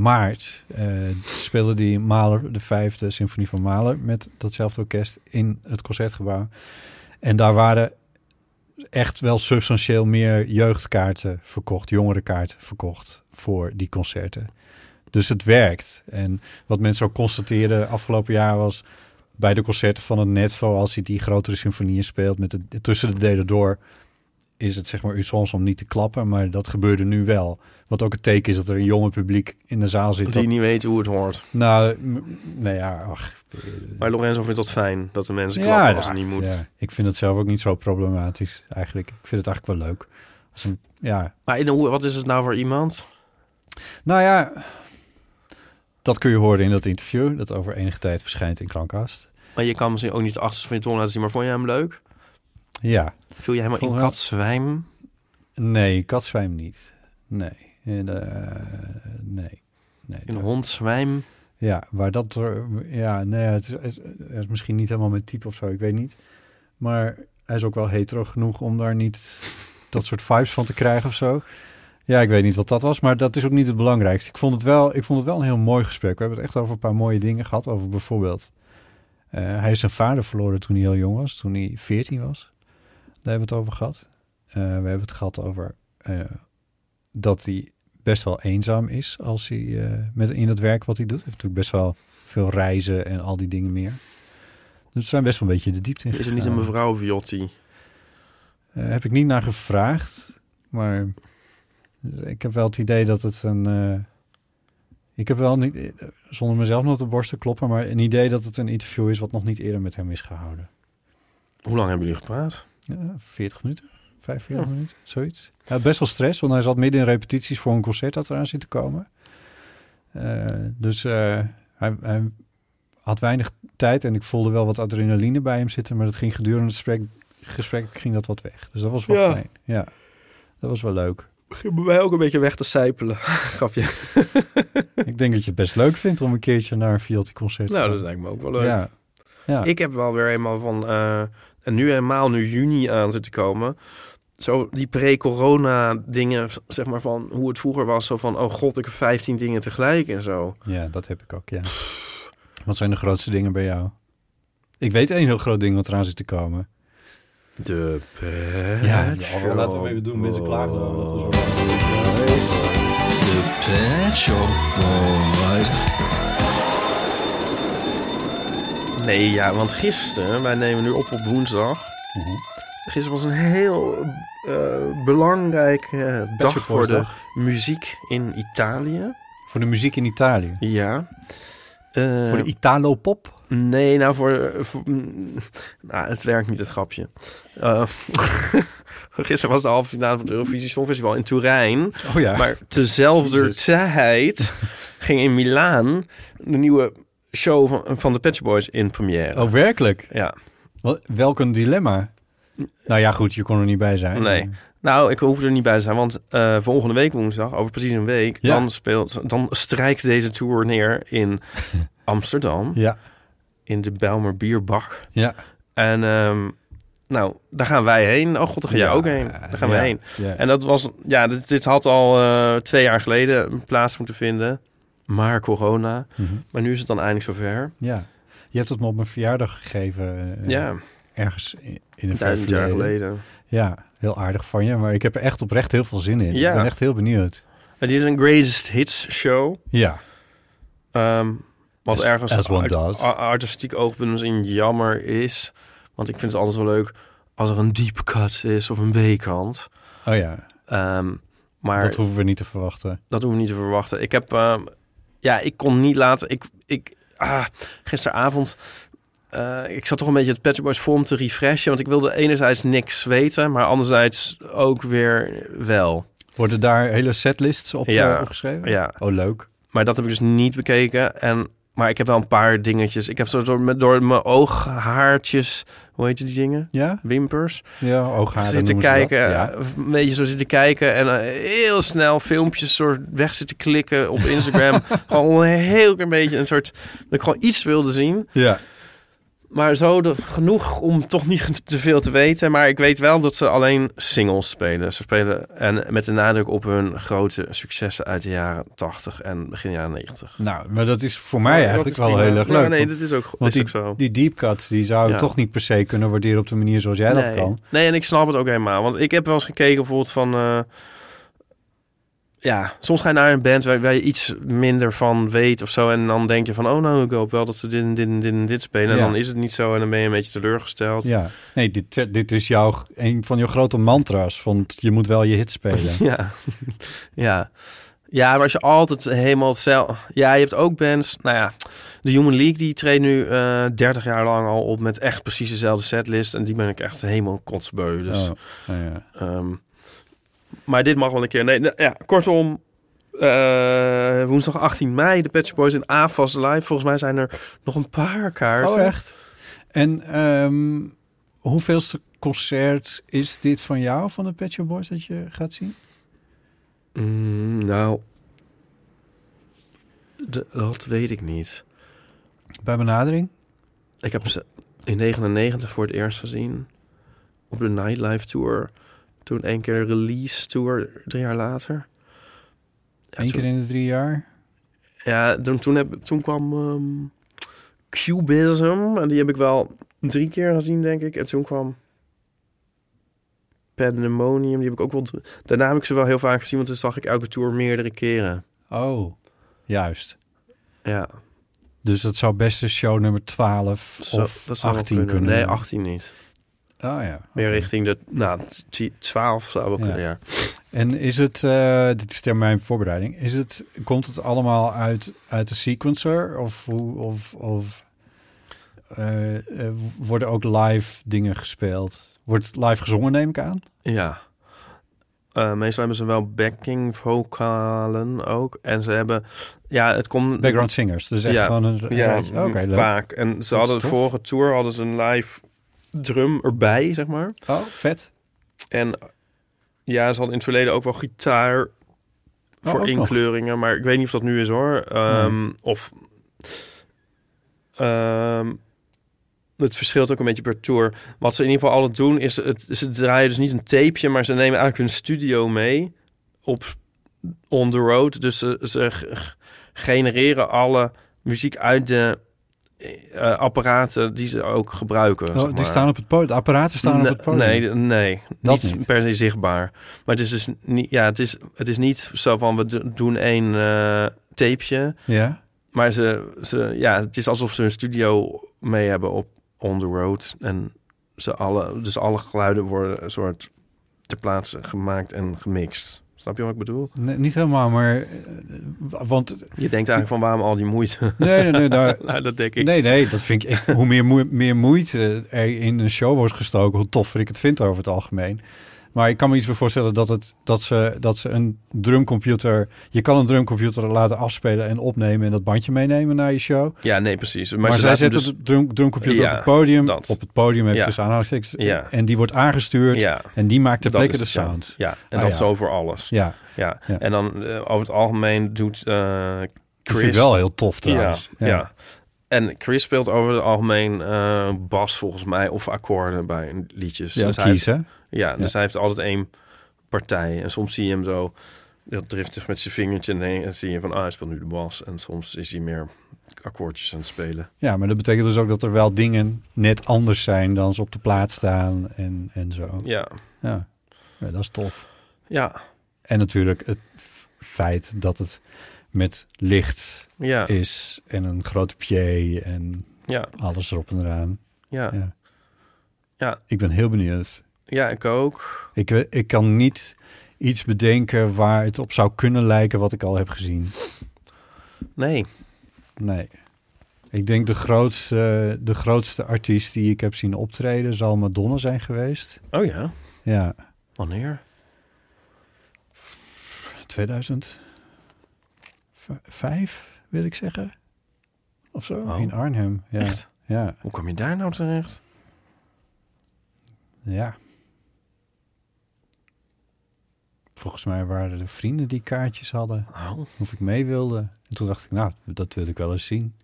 B: maart, eh, speelde die Mahler, de vijfde symfonie van Mahler... met datzelfde orkest in het Concertgebouw. En daar waren echt wel substantieel meer jeugdkaarten verkocht, jongerenkaarten verkocht voor die concerten. Dus het werkt. En wat mensen ook constateerden afgelopen jaar was bij de concerten van het Netvo, als hij die grotere symfonieën speelt met de, tussen de delen door, is het zeg maar u soms om niet te klappen, maar dat gebeurde nu wel. Wat ook een teken is dat er een jonge publiek in de zaal zit.
A: Die
B: dat-
A: niet weten hoe het hoort.
B: nou, m- nou ja, ach,
A: Maar Lorenzo vindt dat fijn, dat de mensen
B: Ja,
A: klappen als
B: ja,
A: het niet moet.
B: ja. Ik vind het zelf ook niet zo problematisch eigenlijk. Ik vind het eigenlijk wel leuk. Als een, ja.
A: Maar in, hoe- wat is het nou voor iemand?
B: Nou ja, dat kun je horen in dat interview. Dat over enige tijd verschijnt in Klankkast.
A: Maar je kan misschien ook niet de achterste van je tong laten zien, maar vond je hem leuk?
B: Ja.
A: Viel je helemaal
B: Vond
A: in
B: wel.
A: katzwijm?
B: Nee, katzwijm niet. Nee. En, eh, nee. nee.
A: In
B: daar-
A: hondzwijm?
B: Ja, waar dat... door- Ja, nee, het is, het is misschien niet helemaal mijn type of zo. Ik weet niet. Maar hij is ook wel hetero genoeg om daar niet dat soort vibes van te krijgen of zo. Ja, ik weet niet wat dat was, maar dat is ook niet het belangrijkste. Ik vond het wel, ik vond het wel een heel mooi gesprek. We hebben het echt over een paar mooie dingen gehad. Over bijvoorbeeld, eh, hij is zijn vader verloren toen hij heel jong was, toen hij 14 was. Daar hebben we het over gehad. Eh, we hebben het gehad over eh, dat hij best wel eenzaam is als hij eh, met, in het werk wat hij doet. Hij heeft natuurlijk best wel veel reizen en al die dingen meer. Dus we zijn best wel een beetje de diepte in
A: Is er niet een
B: gegaan.
A: mevrouw Viotti?
B: Eh, heb ik niet naar gevraagd, maar ik heb wel het idee dat het een. eh, ik heb wel niet, eh, zonder mezelf nog op de borst te kloppen, maar een idee dat het een interview is wat nog niet eerder met hem is gehouden.
A: Hoe lang hebben jullie gepraat?
B: Ja, 40 minuten, 45 minuten, zoiets. Ja, best wel stress, want hij zat midden in repetities voor een concert dat eraan zit te komen. Eh, dus eh, hij, hij had weinig tijd en ik voelde wel wat adrenaline bij hem zitten, maar dat ging gedurende het gesprek, gesprek ging dat wat weg. Dus dat was wel
A: Ja.
B: fijn. Ja, dat was wel leuk.
A: Gingen wij ook een beetje weg te sijpelen. Grapje.
B: Ik denk dat je het best leuk vindt om een keertje naar een Fiat-concert
A: Nou, dat lijkt me ook wel leuk.
B: Ja. ja.
A: Ik heb wel weer eenmaal van... eh, en nu helemaal nu juni aan zit te komen... Zo die pre-corona dingen, zeg maar van hoe het vroeger was. Zo van, oh god, ik heb 15 dingen tegelijk en zo.
B: ja, dat heb ik ook, ja. Wat zijn de grootste dingen bij jou? Ik weet één heel groot ding wat eraan zit te komen.
A: De pet
B: Ja, ja, laten we even doen, mensen klagen erover, dat is wel-
C: The Pet Shop Boys.
A: Nee, ja, want gisteren, wij nemen nu op op woensdag.
B: Mhm.
A: Gisteren was een heel eh, belangrijk eh, dag
B: Shop
A: voor
B: Boys
A: de muziek in Italië.
B: Voor de muziek in Italië.
A: Ja. Eh,
B: Voor de Italo-pop.
A: nee, nou voor... voor- mm, nou, het werkt niet, het grapje. Eh, gisteren was de halve finale van het Eurovisie Songfestival in Turijn.
B: Oh ja.
A: Maar tezelfde
B: Jezus.
A: tijd ging in Milaan de nieuwe show van, van de Patch Boys in première.
B: Oh, werkelijk?
A: Ja.
B: Wat, welk een dilemma. Nou ja, goed, je kon er niet bij zijn.
A: Nee. Nou, ik hoef er niet bij te zijn, want eh, volgende week woensdag, over precies een week,
B: Ja.
A: dan, speelt, dan strijkt deze tour neer in Amsterdam,
B: Ja,
A: in de Bijlmer Bierbak.
B: ja.
A: En ehm, nou, daar gaan wij heen. Oh god, daar ga jij
B: Ja,
A: ook heen. Daar gaan
B: ja,
A: we heen.
B: ja.
A: En dat was, ja, dit, dit had al eh, twee jaar geleden een plaats moeten vinden, maar corona.
B: Mhm.
A: Maar nu is het dan eindelijk zover.
B: ja. Je hebt het me op mijn verjaardag gegeven. eh,
A: ja,
B: Ergens in in een ver
A: duizend jaar
B: verleden.
A: geleden.
B: Ja, heel aardig van je. Maar ik heb er echt oprecht heel veel zin in.
A: Ja.
B: Ik ben echt heel benieuwd.
A: En dit is een greatest hits show.
B: Ja.
A: Ehm, wat
B: As-
A: ergens
B: as one
A: uit-
B: does.
A: a- artistiek oogpunt misschien jammer is. Want ik vind het altijd wel leuk als er een deep cut is of een B-kant.
B: Oh ja,
A: Ehm, maar
B: dat
A: dat,
B: hoeven we niet te verwachten.
A: hoeven we niet te verwachten. Ik heb... ehm, ja, ik kon niet laten... Ik, ik, ah, gisteravond... eh, ik zat toch een beetje het Pet Shop Boys vorm te refreshen. Want ik wilde enerzijds niks weten. Maar anderzijds ook weer wel.
B: Worden daar hele setlists op
A: Ja.
B: eh, opgeschreven?
A: Ja.
B: Oh, leuk.
A: Maar dat heb ik dus niet bekeken. En, maar ik heb wel een paar dingetjes. Ik heb zo door, mijn- door mijn ooghaartjes, hoe heet je die dingen?
B: Ja?
A: Wimpers.
B: Ja, oogharen
A: zitten
B: noemen ze dat.
A: kijken,
B: Ja.
A: eh, een beetje zo zitten kijken en eh, heel snel filmpjes soort weg zitten klikken op Instagram. gewoon een heel klein beetje een soort, dat ik gewoon iets wilde zien.
B: ja.
A: Maar zo de- genoeg om toch niet te veel te weten. Maar ik weet wel dat ze alleen singles spelen. Ze spelen en met de nadruk op hun grote successen uit de jaren 80 en begin jaren 90.
B: Nou, maar dat is voor
A: Oh,
B: mij eigenlijk wel heel erg leuk.
A: Ja, nee,
B: want
A: dat is ook,
B: want
A: want is ook zo.
B: die deep cuts, die zou ik
A: Ja.
B: toch niet per se kunnen waarderen op de manier zoals jij dat
A: nee.
B: kan.
A: nee, en ik snap het ook helemaal. Want ik heb wel eens gekeken bijvoorbeeld van... eh, ja, soms ga je naar een band waar, waar je iets minder van weet of zo. En dan denk je van, oh nou, ik hoop wel dat ze dit en dit en dit en dit spelen. En
B: Ja.
A: dan is het niet zo en dan ben je een beetje teleurgesteld.
B: Ja. Nee, dit, eh, dit is jouw, een van jouw grote mantra's. Van je moet wel je hit spelen.
A: Ja. ja. Ja, maar als je altijd helemaal hetzelfde... Ja, je hebt ook bands... Nou ja, de Human League die treedt nu eh 30 jaar lang al op met echt precies dezelfde setlist. En die ben ik echt helemaal kotsbeu. Dus
B: Oh, nou ja.
A: Ehm, maar dit mag wel een keer. Nee, nou, ja, kortom, eh, woensdag 18 mei, de Patch Boys in AFAS Live. Volgens mij zijn er nog een paar kaarten.
B: Oh, echt? En ehm, hoeveelste concert is dit van jou, van de Pet Shop Boys, dat je gaat zien?
A: Mm, nou, de- dat weet ik niet.
B: Bij benadering?
A: Ik heb ze in 99 voor het eerst gezien. Op de Nightlife Tour. Toen één keer de Release Tour, drie jaar later. Ja,
B: Eén
A: toen-
B: keer in de drie jaar?
A: Ja, toen, toen, heb, toen kwam ehm, Cubism. En die heb ik wel drie keer gezien, denk ik. En toen kwam Pandemonium. Die heb ik ook wel... drie- Daarna heb ik ze wel heel vaak gezien, want toen zag ik elke tour meerdere keren.
B: Oh, juist.
A: Ja.
B: Oh, Dus dat zou best een show nummer 12
A: Zo,
B: of
A: Dus dat zou wel
B: 18 kunnen.
A: Nee,
B: worden.
A: 18 niet.
B: Oh ja.
A: Meer
B: oké.
A: richting de nou, t- 12 zou wel
B: Ja.
A: kunnen, ja.
B: En is het, eh, dit is termijn voorbereiding, is het, komt het allemaal uit, uit de sequencer? Of, hoe- of, of eh, eh, worden ook live dingen gespeeld? Wordt live gezongen, neem ik aan?
A: Ja. Eh, meestal hebben ze wel backing vocalen ook. En ze hebben... Ja, het komt...
B: Background singers, dus echt
A: Ja.
B: gewoon een...
A: Ja,
B: Oké, leuk.
A: vaak. En ze
B: is
A: hadden de
B: tof.
A: vorige tour hadden ze een live drum erbij, zeg maar.
B: Oh, vet.
A: En ja, ze hadden in het verleden ook wel gitaar voor
B: Oh, ook nog.
A: inkleuringen. Maar ik weet niet of dat nu is hoor. Ehm, Of... ehm, het verschilt ook een beetje per tour. Wat ze in ieder geval altijd doen, is... Het, ze draaien dus niet een tapeje, maar ze nemen eigenlijk hun studio mee op on the road. Dus ze, ze g- genereren alle muziek uit de eh, apparaten die ze ook gebruiken.
B: Oh,
A: zeg
B: die
A: maar.
B: staan op het podium, de apparaten staan op
A: Nee,
B: het podium.
A: Nee, nee
B: Dat
A: niet,
B: niet.
A: per se zichtbaar. Maar het is dus niet, ja, het is, het is niet zo van we do- doen één eh tapeje.
B: Ja,
A: Maar ze, ze, ja, het is alsof ze een studio mee hebben op On The Road. En ze alle, dus alle geluiden worden een soort ter plaatse gemaakt en gemixt. Snap je wat ik bedoel?
B: nee, niet helemaal, maar... eh, want...
A: Je denkt eigenlijk van waarom al die moeite?
B: Nee, nee, nee, daar,
A: nou, dat denk ik.
B: Nee, nee, dat vind ik echt. Hoe meer, moe- meer moeite er in een show wordt gestoken, hoe toffer ik het vind over het algemeen. Maar ik kan me iets bij voorstellen dat, het, dat, ze, dat ze een drumcomputer. Je kan een drumcomputer laten afspelen en opnemen en dat bandje meenemen naar je show. Maar,
A: Ja, nee, precies. Maar, ze
B: zij
A: laten
B: zetten
A: dus,
B: de drum, drumcomputer
A: Ja,
B: op het podium.
A: dat.
B: Op het podium heb je
A: Ja.
B: tussen aanhalingstekens.
A: Ja.
B: En die wordt aangestuurd
A: Ja,
B: en die maakt ter
A: dat
B: plekke
A: is
B: de
A: het, ja.
B: sound.
A: Ja, en
B: Ah,
A: dat
B: ja.
A: zo voor alles.
B: Ja,
A: Ja,
B: Ja.
A: en dan eh, over het algemeen doet eh
B: dat vind ik
A: Chris...
B: wel heel tof
A: ja,
B: trouwens.
A: ja. En Chris speelt over het algemeen eh, bas volgens mij of akkoorden bij liedjes.
B: Ja,
A: dus hij heeft-
B: kiezen.
A: ja, dus hij heeft altijd één partij. En soms zie je hem zo heel driftig met zijn vingertje heen. En zie je van, ah, hij speelt nu de bas. En soms is hij meer akkoordjes aan het spelen.
B: Ja, maar dat betekent dus ook dat er wel dingen net anders zijn dan ze op de plaat staan en, en zo.
A: Ja,
B: Ja. ja, dat is tof.
A: ja,
B: En natuurlijk het f- feit dat het met licht
A: ja,
B: is en een grote pied en
A: ja,
B: alles erop en eraan.
A: ja.
B: Ja.
A: Ja.
B: Ik ben heel benieuwd.
A: Ja, ik ook.
B: Ik, we- ik kan niet iets bedenken waar het op zou kunnen lijken wat ik al heb gezien.
A: Nee.
B: Nee. Ik denk de grootste, de grootste artiest die ik heb zien optreden zal Madonna zijn geweest.
A: Oh ja,
B: Ja,
A: wanneer?
B: 2005, wil ik zeggen. Of zo,
A: Oh.
B: in Arnhem. Ja.
A: Echt?
B: Ja,
A: Hoe kwam je daar nou terecht?
B: ja. Volgens mij waren er vrienden die kaartjes hadden,
A: Oh,
B: of ik mee wilde. En toen dacht ik, nou, dat wil ik wel eens zien.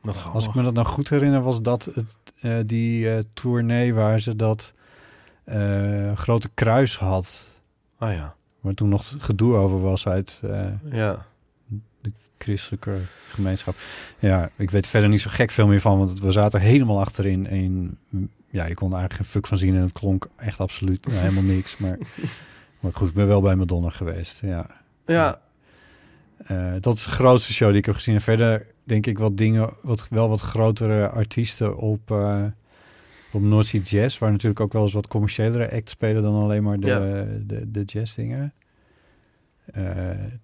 A: wat
B: Als ik
A: grappig.
B: me dat nou goed herinner, was dat het, eh, die eh, tournee waar ze dat eh, grote kruis had.
A: Ah ja,
B: Waar toen nog gedoe over was uit... eh,
A: ja.
B: christelijke gemeenschap. Ja, ik weet verder niet zo gek veel meer van, want we zaten helemaal achterin. En ja, je kon er eigenlijk geen fuck van zien en het klonk echt absoluut nou, helemaal niks. Maar, maar goed, ik ben wel bij Madonna geweest. Ja.
A: Ja,
B: Eh, dat is de grootste show die ik heb gezien. En verder denk ik wat dingen, wat, wel wat grotere artiesten op, eh op North Sea Jazz, waar natuurlijk ook wel eens wat commerciëlere acts spelen dan alleen maar de,
A: Ja.
B: de, de jazz dingen.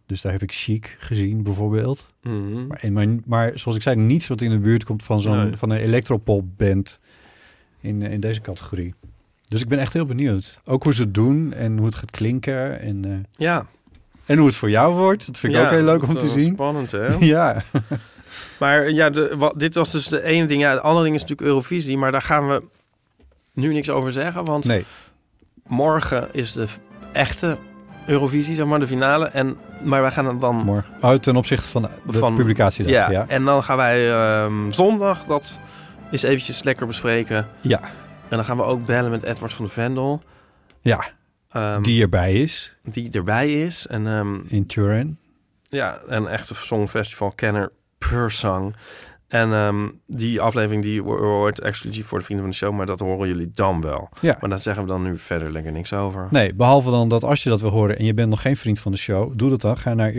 B: dus daar heb ik Chic gezien bijvoorbeeld.
A: Mhm.
B: Maar, en- maar, maar zoals ik zei, niets wat in de buurt komt van zo'n
A: Nee.
B: van een electropop band in, eh, in deze categorie. Dus ik ben echt heel benieuwd. Ook hoe ze het doen en hoe het gaat klinken en, eh,
A: ja.
B: en hoe het voor jou wordt. Dat vind ik
A: Ja,
B: ook heel leuk om
A: dat
B: te
A: was
B: zien.
A: Spannend, hè?
B: Ja,
A: maar ja, de, wat, dit was dus de ene ding. Ja, de andere ding is natuurlijk Eurovisie, maar daar gaan we nu niks over zeggen, want
B: nee.
A: morgen is de echte Eurovisie, zeg maar, de finale. En, maar wij gaan het dan...
B: Morgen. Oh, ten opzichte van de
A: Van-
B: publicatie.
A: ja,
B: ja.
A: en dan gaan wij ehm, zondag dat eens eventjes lekker bespreken.
B: Ja.
A: En dan gaan we ook bellen met Edward van de Vendel.
B: Ja,
A: ehm, die.
B: die erbij is
A: erbij is. En ehm,
B: in Turin.
A: Ja, en echt een songfestivalkenner per song. En ehm, die aflevering die wo- wordt exclusief voor de vrienden van de show, maar dat horen jullie dan wel.
B: Ja.
A: Maar daar zeggen we dan nu verder lekker niks over.
B: Nee, behalve dan dat als je dat wil horen en je bent nog geen vriend van de show, doe dat dan. Ga naar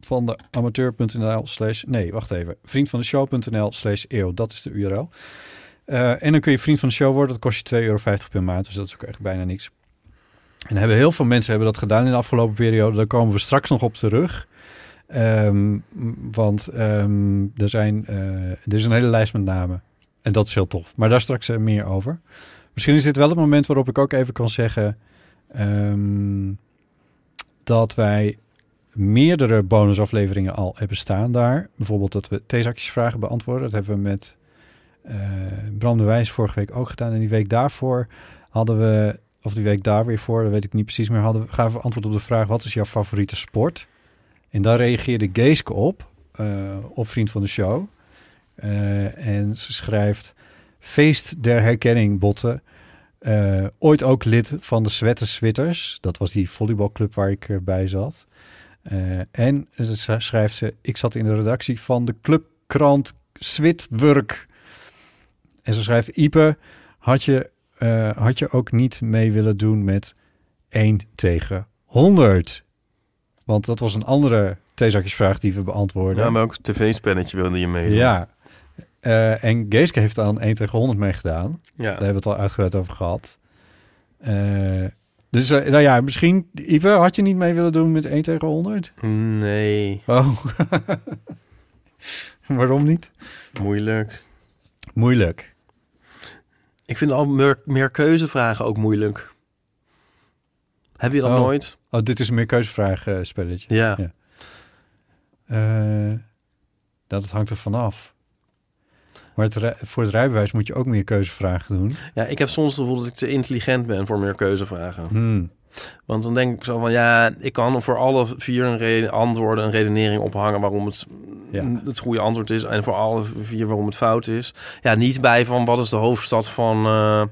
B: van de amateur.nl slash... Nee, wacht even. Vriend van de show.nl slash eeuw. Dat is de URL. Eh, en dan kun je vriend van de show worden. Dat kost je 2,50 euro per maand. Dus dat is ook echt bijna niks. En hebben heel veel mensen hebben dat gedaan in de afgelopen periode. Daar komen we straks nog op terug. Ehm, m- want ehm, er, zijn, eh, er is een hele lijst met namen. En dat is heel tof. Maar daar straks eh, meer over. Misschien is dit wel het moment waarop ik ook even kan zeggen... ehm, dat wij meerdere bonusafleveringen al hebben staan daar. Bijvoorbeeld dat we theezakjesvragen beantwoorden. Dat hebben we met eh, Bram de Wijs vorige week ook gedaan. En die week daarvoor hadden we, of die week daar weer voor, dat weet ik niet precies meer, hadden we, gaven we antwoord op de vraag: wat is jouw favoriete sport? En daar reageerde Geeske op, eh, op vriend van de show. Eh, en ze schrijft: Feest der herkenning, botten. Eh, ooit ook lid van de Zwette Switters. Dat was die volleybalclub waar ik eh, bij zat. Eh, en ze sch- schrijft ze: Ik zat in de redactie van de clubkrant Zwitwerk. En ze schrijft: Ipe, had je, eh, had je ook niet mee willen doen met 1 tegen 100? Want dat was een andere theezakjesvraag die we beantwoorden.
A: Ja, welk tv-spelletje wilde je meedoen?
B: Ja. Eh, en Geeske heeft aan 1 tegen 100 meegedaan.
A: ja.
B: Daar hebben we het al uitgebreid over gehad. Eh, dus eh, nou ja, misschien, Ipe, had je niet mee willen doen met 1 tegen 100?
A: Nee,
B: Oh. Waarom niet?
A: moeilijk.
B: Moeilijk.
A: Ik vind al meer, meer keuzevragen ook moeilijk. Heb je dat
B: Oh.
A: nooit?
B: Oh, dit is een meer keuzevraag eh, spelletje.
A: Ja.
B: Ja. Eh, nou, dat het hangt er vanaf. Maar het rij- voor het rijbewijs moet je ook meer keuzevragen doen.
A: ja, ik heb soms het gevoel dat ik te intelligent ben voor meer keuzevragen.
B: Hmm.
A: Want dan denk ik zo van, ja, ik kan voor alle vier een reden, antwoorden een redenering ophangen waarom het
B: Ja.
A: Mm, het goede antwoord is en voor alle vier waarom het fout is. Ja, niet bij van wat is de hoofdstad van eh,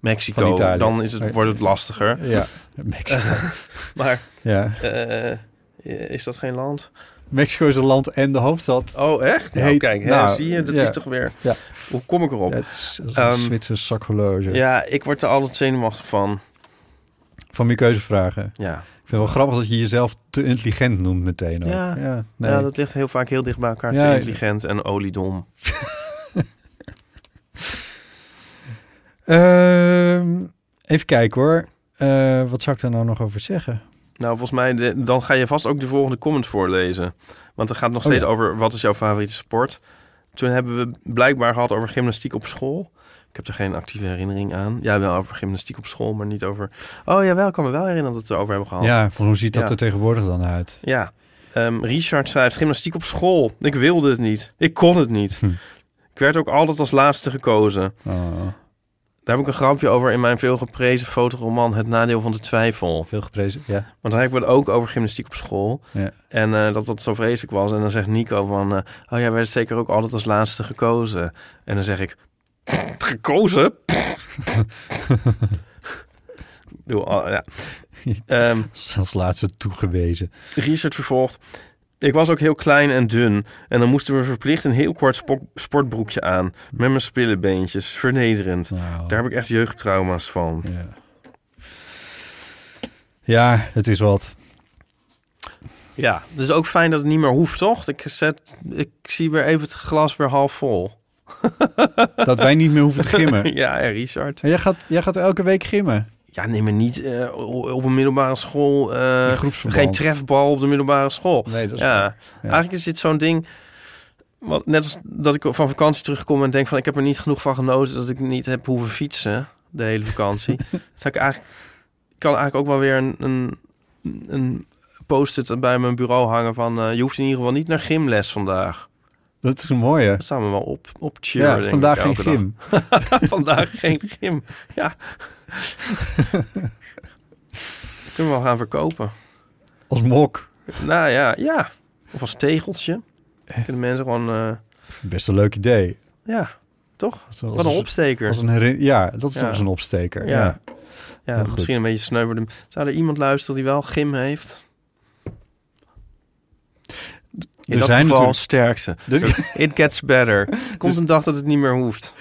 A: Mexico.
B: Van Italië.
A: Dan is
B: Nee.
A: het, wordt het lastiger.
B: Ja, Mexico.
A: Maar
B: ja.
A: eh, is dat geen land?
B: Mexico is een land en de hoofdstad.
A: Oh, echt? Nou,
B: Heet-
A: kijk, hè,
B: nou,
A: zie je, dat
B: ja.
A: is toch weer...
B: Ja.
A: Hoe kom ik erop?
B: Ja,
A: Ja,
B: het is dat is een
A: Ehm,
B: Zwitserse sakhorloge.
A: ik word er altijd zenuwachtig van.
B: Van meer keuzevragen.
A: Ja.
B: Ik vind het wel grappig dat je jezelf te intelligent noemt meteen ook.
A: Ja.
B: nee.
A: ja, Nou, dat ligt heel vaak heel dicht bij elkaar.
B: Ja,
A: te intelligent en oliedom.
B: Ehm, even kijken hoor. Eh, wat zou ik daar nou nog over zeggen?
A: Nou, volgens mij, de- dan ga je vast ook de volgende comment voorlezen. Want het gaat nog
B: Oh,
A: steeds
B: ja.
A: over wat is jouw favoriete sport. Toen hebben we blijkbaar gehad over gymnastiek op school. Ik heb er geen actieve herinnering aan. Ja, wel over gymnastiek op school, maar niet over... Oh ja, wel, ik kan me wel herinneren dat we het erover hebben gehad.
B: Ja, van hoe ziet dat
A: Ja.
B: er tegenwoordig dan uit?
A: Ja. Ehm, Richard schrijft, gymnastiek op school. Ik wilde het niet. Ik kon het niet.
B: Hm.
A: Ik werd ook altijd als laatste gekozen.
B: Oh,
A: Daar heb ik een grapje over in mijn veel geprezen fotoroman Het Nadeel van de Twijfel.
B: veel geprezen. Ja.
A: Want hij wordt ook over gymnastiek op school.
B: Ja.
A: En eh, dat dat zo vreselijk was. En dan zegt Nico van... eh, oh, jij werd zeker ook altijd als laatste gekozen. En dan zeg ik... Gekozen? Doe, al- oh, ja. Ehm,
B: Als laatste toegewezen.
A: Richard vervolgt... Ik was ook heel klein en dun. En dan moesten we verplicht een heel kort spo- sportbroekje aan. Met mijn spillebeentjes. Vernederend.
B: Nou,
A: Daar heb ik echt jeugdtrauma's van.
B: ja. ja, het is wat.
A: Ja, dus ook fijn dat het niet meer hoeft, toch? Ik, zet, ik zie weer even het glas weer half vol.
B: Dat wij niet meer hoeven te gimmen.
A: Ja, hè, Richard.
B: En Jij gaat, jij gaat elke week gimmen.
A: Ja, neem me niet eh, o- op een middelbare school. eh,
B: In groepsverband.
A: geen trefbal op de middelbare school.
B: Nee, dat is
A: ja.
B: waar.
A: eigenlijk is dit zo'n ding. Wat, net als dat ik van vakantie terugkom en denk van ik heb er niet genoeg van genoten dat ik niet heb hoeven fietsen de hele vakantie. dat zou ik eigenlijk ik kan eigenlijk ook wel weer een, een, een post-it bij mijn bureau hangen van eh, je hoeft in ieder geval niet naar gymles vandaag.
B: Dat is een mooie.
A: Dat staan we wel op op cheer, denk
B: Ja,
A: ik,
B: vandaag geen
A: elke dag.
B: gym.
A: vandaag geen gym. Ja. Kunnen we wel gaan verkopen.
B: Als mok.
A: Nou ja, ja. Of als tegeltje. Kunnen mensen gewoon... eh,
B: Best een leuk idee.
A: ja, toch?
B: Als, als-
A: Wat een opsteker.
B: als een herin- ja, dat is
A: Ja.
B: nog eens een opsteker.
A: Ja.
B: ja.
A: ja,
B: heel goed.
A: misschien een beetje sneu voor de... Zou er iemand luisteren die wel gym heeft? In
B: Er
A: dat
B: zijn
A: geval
B: Dus natuurlijk- Dus-
A: sterkste.
B: Dit-
A: It gets better. Er Komt een dag dat het niet meer hoeft.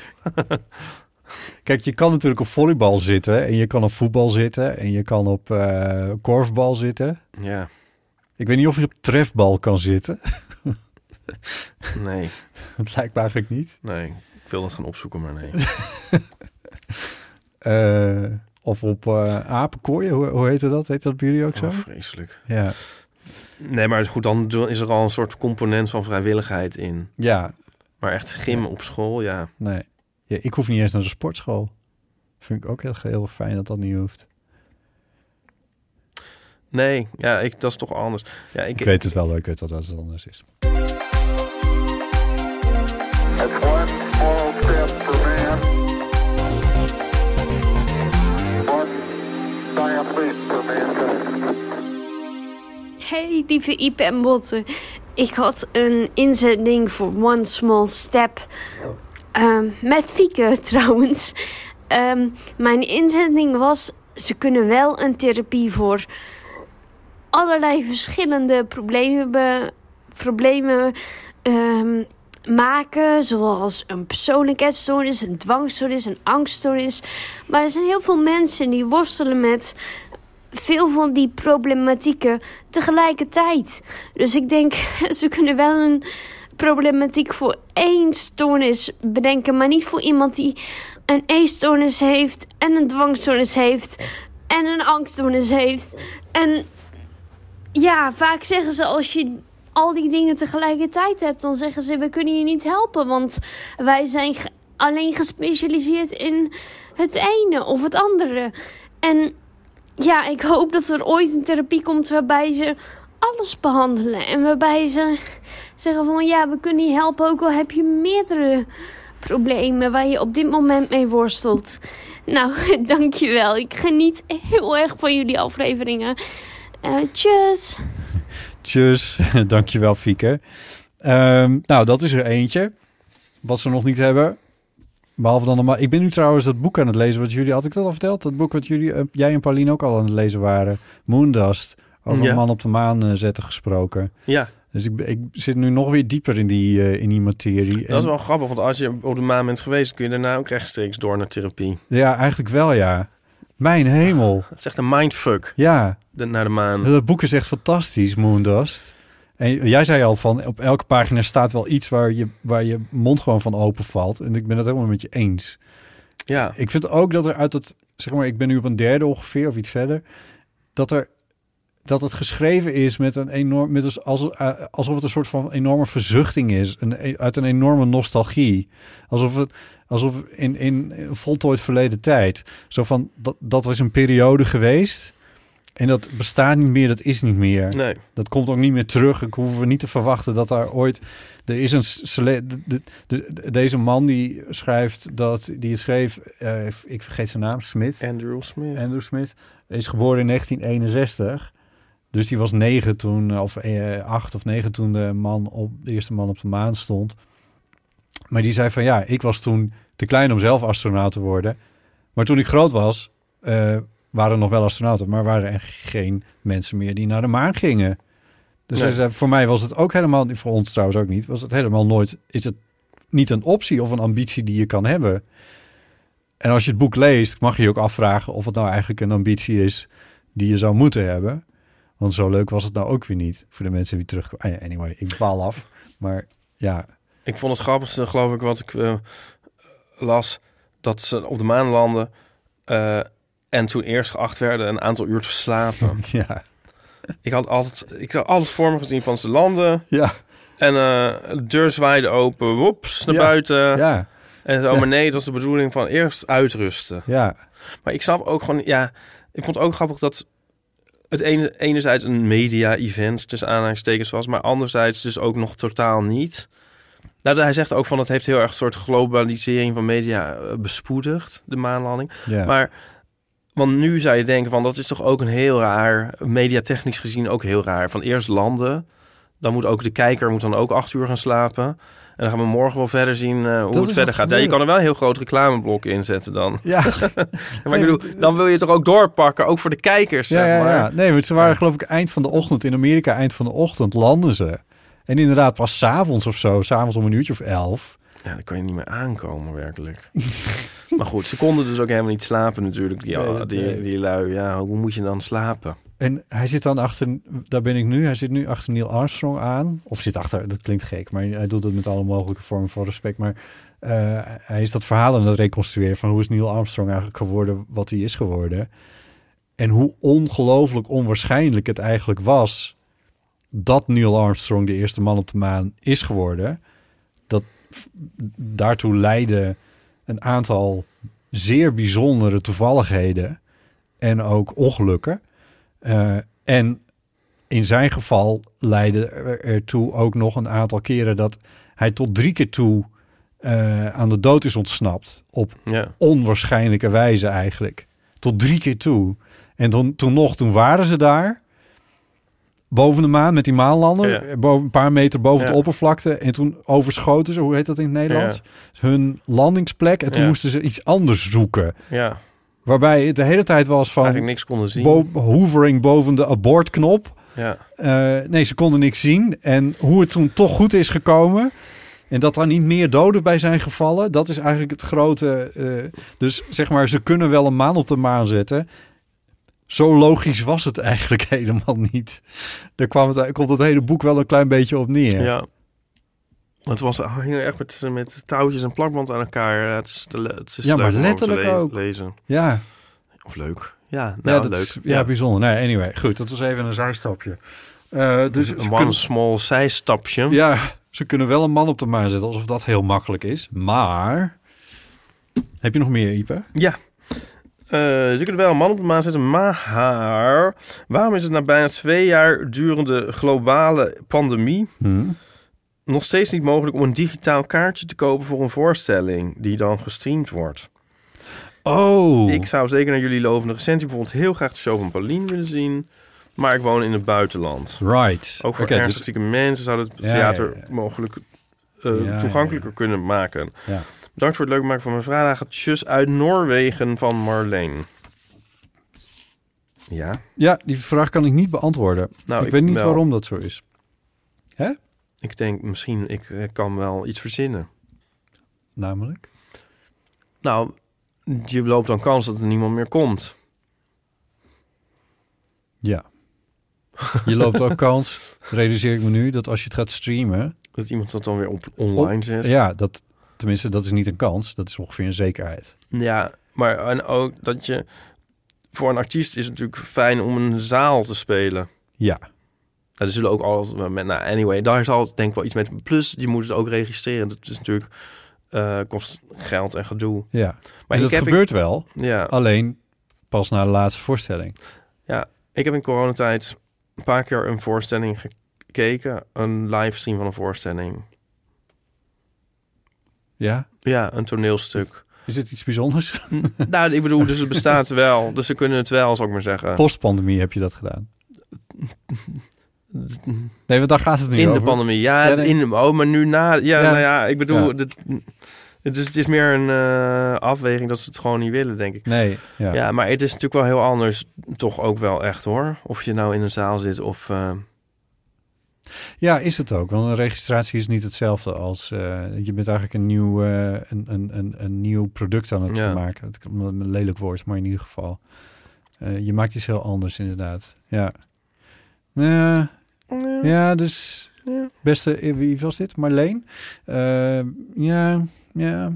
B: Kijk, je kan natuurlijk op volleybal zitten en je kan op voetbal zitten en je kan op eh, korfbal zitten.
A: Ja.
B: Ik weet niet of je op trefbal kan zitten.
A: Nee,
B: Dat lijkt me eigenlijk niet.
A: nee. Ik wil dat gaan opzoeken, maar nee.
B: Eh, of op eh, apenkooien, hoe, hoe heette dat? Heet dat bij jullie ook zo?
A: Oh, vreselijk.
B: Ja.
A: Nee, maar goed, dan do- is er al een soort component van vrijwilligheid in.
B: ja,
A: Maar echt gym op school, ja.
B: nee. Ja, ik hoef niet eens naar de sportschool. Vind ik ook heel, heel fijn dat dat niet hoeft.
A: Nee, ja, ik, dat is toch anders. Ja, ik,
B: Ik weet het wel, maar ik weet wel dat het anders is.
D: It's one small step for man, one giant leap for mankind.
E: Hey, lieve Ipe en Botte. Ik had een inzending voor One Small Step. Ehm, met Fieke trouwens. Ehm, mijn inzending was: ze kunnen wel een therapie voor allerlei verschillende problemen, be- problemen ehm, maken. Zoals een persoonlijkheidsstoornis, een dwangstoornis, een angststoornis. Maar er zijn heel veel mensen die worstelen met veel van die problematieken tegelijkertijd. Dus ik denk, ze kunnen wel een problematiek voor één stoornis bedenken, maar niet voor iemand die een eetstoornis heeft en een dwangstoornis heeft en een angststoornis heeft. En ja, vaak zeggen ze als je al die dingen tegelijkertijd hebt, dan zeggen ze we kunnen je niet helpen, want wij zijn ge- alleen gespecialiseerd in het ene of het andere. En ja, ik hoop dat er ooit een therapie komt waarbij ze alles behandelen. En waarbij ze zeggen van ja, we kunnen je helpen ook al heb je meerdere problemen waar je op dit moment mee worstelt. Nou, dankjewel. Ik geniet heel erg van jullie afleveringen. Eh tjus!
B: Tjus, dankjewel Fieke. Ehm, nou, dat is er eentje. Wat ze nog niet hebben. Behalve dan normaal. Ik ben nu trouwens dat boek aan het lezen wat jullie... Had ik dat al verteld? Dat boek wat jullie, eh, jij en Pauline ook al aan het lezen waren. Moondust. Over
A: Ja.
B: een man op de maan eh, zetten gesproken.
A: Ja,
B: Dus ik, ik zit nu nog weer dieper in die, eh, in die materie.
A: dat is wel grappig, want als je op de maan bent geweest, kun je daarna ook rechtstreeks door naar therapie.
B: En- Ja, eigenlijk wel ja. Mijn hemel.
A: Het is echt een mindfuck
B: Ja,
A: de- naar de maan.
B: dat boek is echt fantastisch, Moondust. En jij zei al van, op elke pagina staat wel iets waar je, waar je mond gewoon van open valt. En ik ben het helemaal met je eens.
A: Ja,
B: Ik vind ook dat er uit het, zeg maar, ik ben nu op een derde ongeveer of iets verder, dat er dat het geschreven is met een enorm, met als, als- eh, alsof het een soort van enorme verzuchting is, een, uit een enorme nostalgie, alsof het, alsof in in een voltooid verleden tijd, zo van dat dat was een periode geweest en dat bestaat niet meer, dat is niet meer.
A: nee.
B: Dat komt ook niet meer terug. Ik hoeven we niet te verwachten dat daar ooit. Er is een. sele- de- de- de- deze man die schrijft dat. Die het schreef. eh, ik vergeet zijn naam. Smith.
A: Andrew Smith.
B: Andrew Smith. Is geboren in 1961. Dus die was negen toen. Of eh, acht of negen toen de, man op, de eerste man op de maan stond. Maar die zei van ja. Ik was toen te klein om zelf astronaut te worden. Maar toen ik groot was. eh, waren er nog wel astronauten. Maar waren er geen mensen meer die naar de maan gingen. Dus
A: Nee.
B: hij zei, voor mij was het ook helemaal, voor ons trouwens ook niet, was het helemaal nooit, is het niet een optie of een ambitie die je kan hebben. En als je het boek leest, mag je je ook afvragen of het nou eigenlijk een ambitie is die je zou moeten hebben. Want zo leuk was het nou ook weer niet voor de mensen die terugkwamen. Ah ja, anyway, ik dwaal af. Maar ja,
A: Ik vond het grappigste, geloof ik, wat ik eh, las, dat ze op de maan landen eh, en toen eerst geacht werden een aantal uur te slapen.
B: ja,
A: ik had altijd, ik had alles voor me gezien van ze landen
B: ja,
A: en eh, de deur zwaaide open, woeps, naar
B: Ja.
A: buiten.
B: ja,
A: En zo,
B: Ja.
A: maar nee, dat was de bedoeling van eerst uitrusten.
B: ja,
A: Maar ik snap ook gewoon, ja, ik vond het ook grappig dat het ene, enerzijds een media-event tussen aanhalingstekens was, maar anderzijds dus ook nog totaal niet. Nou, hij zegt ook van het heeft heel erg een soort globalisering van media eh, bespoedigd, de maanlanding.
B: ja.
A: Maar, want nu zou je denken van dat is toch ook een heel raar, mediatechnisch gezien ook heel raar. Van eerst landen, dan moet ook de kijker moet dan ook acht uur gaan slapen. En dan gaan we morgen wel verder zien eh, hoe
B: is
A: het
B: wat
A: verder gaat. Ja, je
B: gebeurt.
A: kan er wel een heel groot reclameblok in zetten dan.
B: ja,
A: Ja, maar ik bedoel, dan wil je het er ook doorpakken, ook voor de kijkers,
B: ja,
A: zeg
B: ja,
A: maar.
B: ja. Nee, want ze waren geloof ik eind van de ochtend in Amerika, eind van de ochtend landen ze. En inderdaad, pas s'avonds of zo, s'avonds om een uurtje of elf.
A: Ja, dan kan je niet meer aankomen, werkelijk. maar goed, ze konden dus ook helemaal niet slapen natuurlijk, die,
B: Nee, dat,
A: die,
B: nee.
A: die lui. Ja, hoe moet je dan slapen?
B: En hij zit dan achter, daar ben ik nu, hij zit nu achter Neil Armstrong aan. Of zit achter, dat klinkt gek, maar hij doet het met alle mogelijke vormen van respect. Maar eh, hij is dat verhaal aan het reconstrueren van hoe is Neil Armstrong eigenlijk geworden wat hij is geworden. En hoe ongelooflijk onwaarschijnlijk het eigenlijk was dat Neil Armstrong de eerste man op de maan is geworden. Dat v- daartoe leidde een aantal zeer bijzondere toevalligheden en ook ongelukken. Eh, en in zijn geval leidde er- ertoe ook nog een aantal keren dat hij tot drie keer toe eh, aan de dood is ontsnapt. Op
A: Ja.
B: onwaarschijnlijke wijze eigenlijk. Tot drie keer toe. En toen, toen nog, toen waren ze daar. Boven de maan met die maanlander.
A: Ja.
B: eh, Boven, een paar meter boven
A: Ja.
B: de oppervlakte. En toen overschoten ze, hoe heet dat in het Nederlands? Hun landingsplek. En toen
A: Ja.
B: moesten ze iets anders zoeken.
A: ja,
B: Waarbij het de hele tijd was van...
A: eigenlijk niks konden zien.
B: Bo hovering boven de abortknop.
A: ja.
B: Eh, nee, ze konden niks zien. En hoe het toen toch goed is gekomen. En dat daar niet meer doden bij zijn gevallen. Dat is eigenlijk het grote. eh, dus zeg maar, ze kunnen wel een maan op de maan zetten. Zo logisch was het eigenlijk helemaal niet. Daar kwam het, komt het hele boek wel een klein beetje op neer.
A: Ja. Het was, hij hing er echt met, met touwtjes en plakband aan elkaar. Ja, Het is, te le- het is
B: Ja,
A: leuk
B: maar
A: om over te
B: letterlijk
A: le-
B: ook.
A: lezen.
B: ja,
A: Of leuk. Ja, nou,
B: ja, dat
A: leuk.
B: is ja, bijzonder. Nee, anyway, goed, dat was even een zijstapje. Eh, dus
A: Een
B: ze
A: one
B: kunnen-
A: small zijstapje.
B: Ja, ze kunnen wel een man op de maan zetten, alsof dat heel makkelijk is. Maar. Heb je nog meer, Ipe?
A: Ja. Eh, ze kunnen wel een man op de maan zetten, maar waarom is het na bijna twee jaar durende globale pandemie nog steeds niet mogelijk om een digitaal kaartje te kopen voor een voorstelling die dan gestreamd wordt?
B: Oh.
A: Ik zou zeker naar jullie lovende recensie bijvoorbeeld heel graag de show van Pauline willen zien, maar ik woon in het buitenland.
B: Right.
A: Ook voor
B: Oké, dus-
A: ernstige mensen zou het
B: Ja,
A: theater
B: ja, ja.
A: mogelijk eh,
B: Ja,
A: toegankelijker kunnen maken.
B: Ja.
A: Bedankt voor het leuk maken van mijn vragen. Tjus uit Noorwegen van Marleen. Ja,
B: Ja, die vraag kan ik niet beantwoorden.
A: Nou,
B: ik,
A: ik
B: weet niet
A: wel.
B: waarom dat zo is. Hè?
A: ik denk misschien ik eh, kan wel iets verzinnen.
B: Namelijk?
A: Nou, je loopt dan kans dat er niemand meer komt.
B: Ja. Je loopt ook kans, realiseer ik me nu, dat als je het gaat streamen...
A: Dat iemand dat dan weer op online zet.
B: Ja, dat, tenminste, dat is niet een kans. Dat is ongeveer een zekerheid.
A: Ja, maar en ook dat je... Voor een artiest is het natuurlijk fijn om een zaal te spelen.
B: Ja.
A: Nou, er zullen ook altijd met, nou, anyway, daar zal het denk ik wel iets met. Plus, je moet het ook registreren. Dat is natuurlijk eh, kost geld en gedoe.
B: ja.
A: Maar
B: en
A: ik
B: dat
A: heb
B: gebeurt wel,
A: Ik, ja,
B: alleen pas na de laatste voorstelling.
A: ik heb in coronatijd een paar keer een voorstelling gekeken, een livestream van een voorstelling.
B: Ja?
A: Ja, een toneelstuk.
B: Is dit iets bijzonders?
A: nou, ik bedoel, dus het bestaat wel. Dus ze kunnen het wel, zal ik maar zeggen.
B: Postpandemie heb je dat gedaan. Nee, want daar gaat het nu
A: in de
B: over.
A: pandemie. Ja,
B: Ja, nee.
A: in de, oh, maar nu na. Ja,
B: Ja.
A: nou ja, ik bedoel,
B: Ja.
A: dit- dus het is meer een eh, afweging dat ze het gewoon niet willen, denk ik.
B: Nee, ja.
A: Ja, maar het is natuurlijk wel heel anders, toch ook wel echt hoor. Of je nou in een zaal zit of... eh,
B: Ja, is het ook. Want een registratie is niet hetzelfde als... eh, je bent eigenlijk een nieuw, eh, een, een, een, een nieuw product aan het
A: Ja.
B: maken. Het kan wel een lelijk woord, maar in ieder geval. eh, je maakt iets heel anders inderdaad. Ja. Eh, ja, dus... Beste, eh, wie was dit? Marleen? Eh, ja, ja.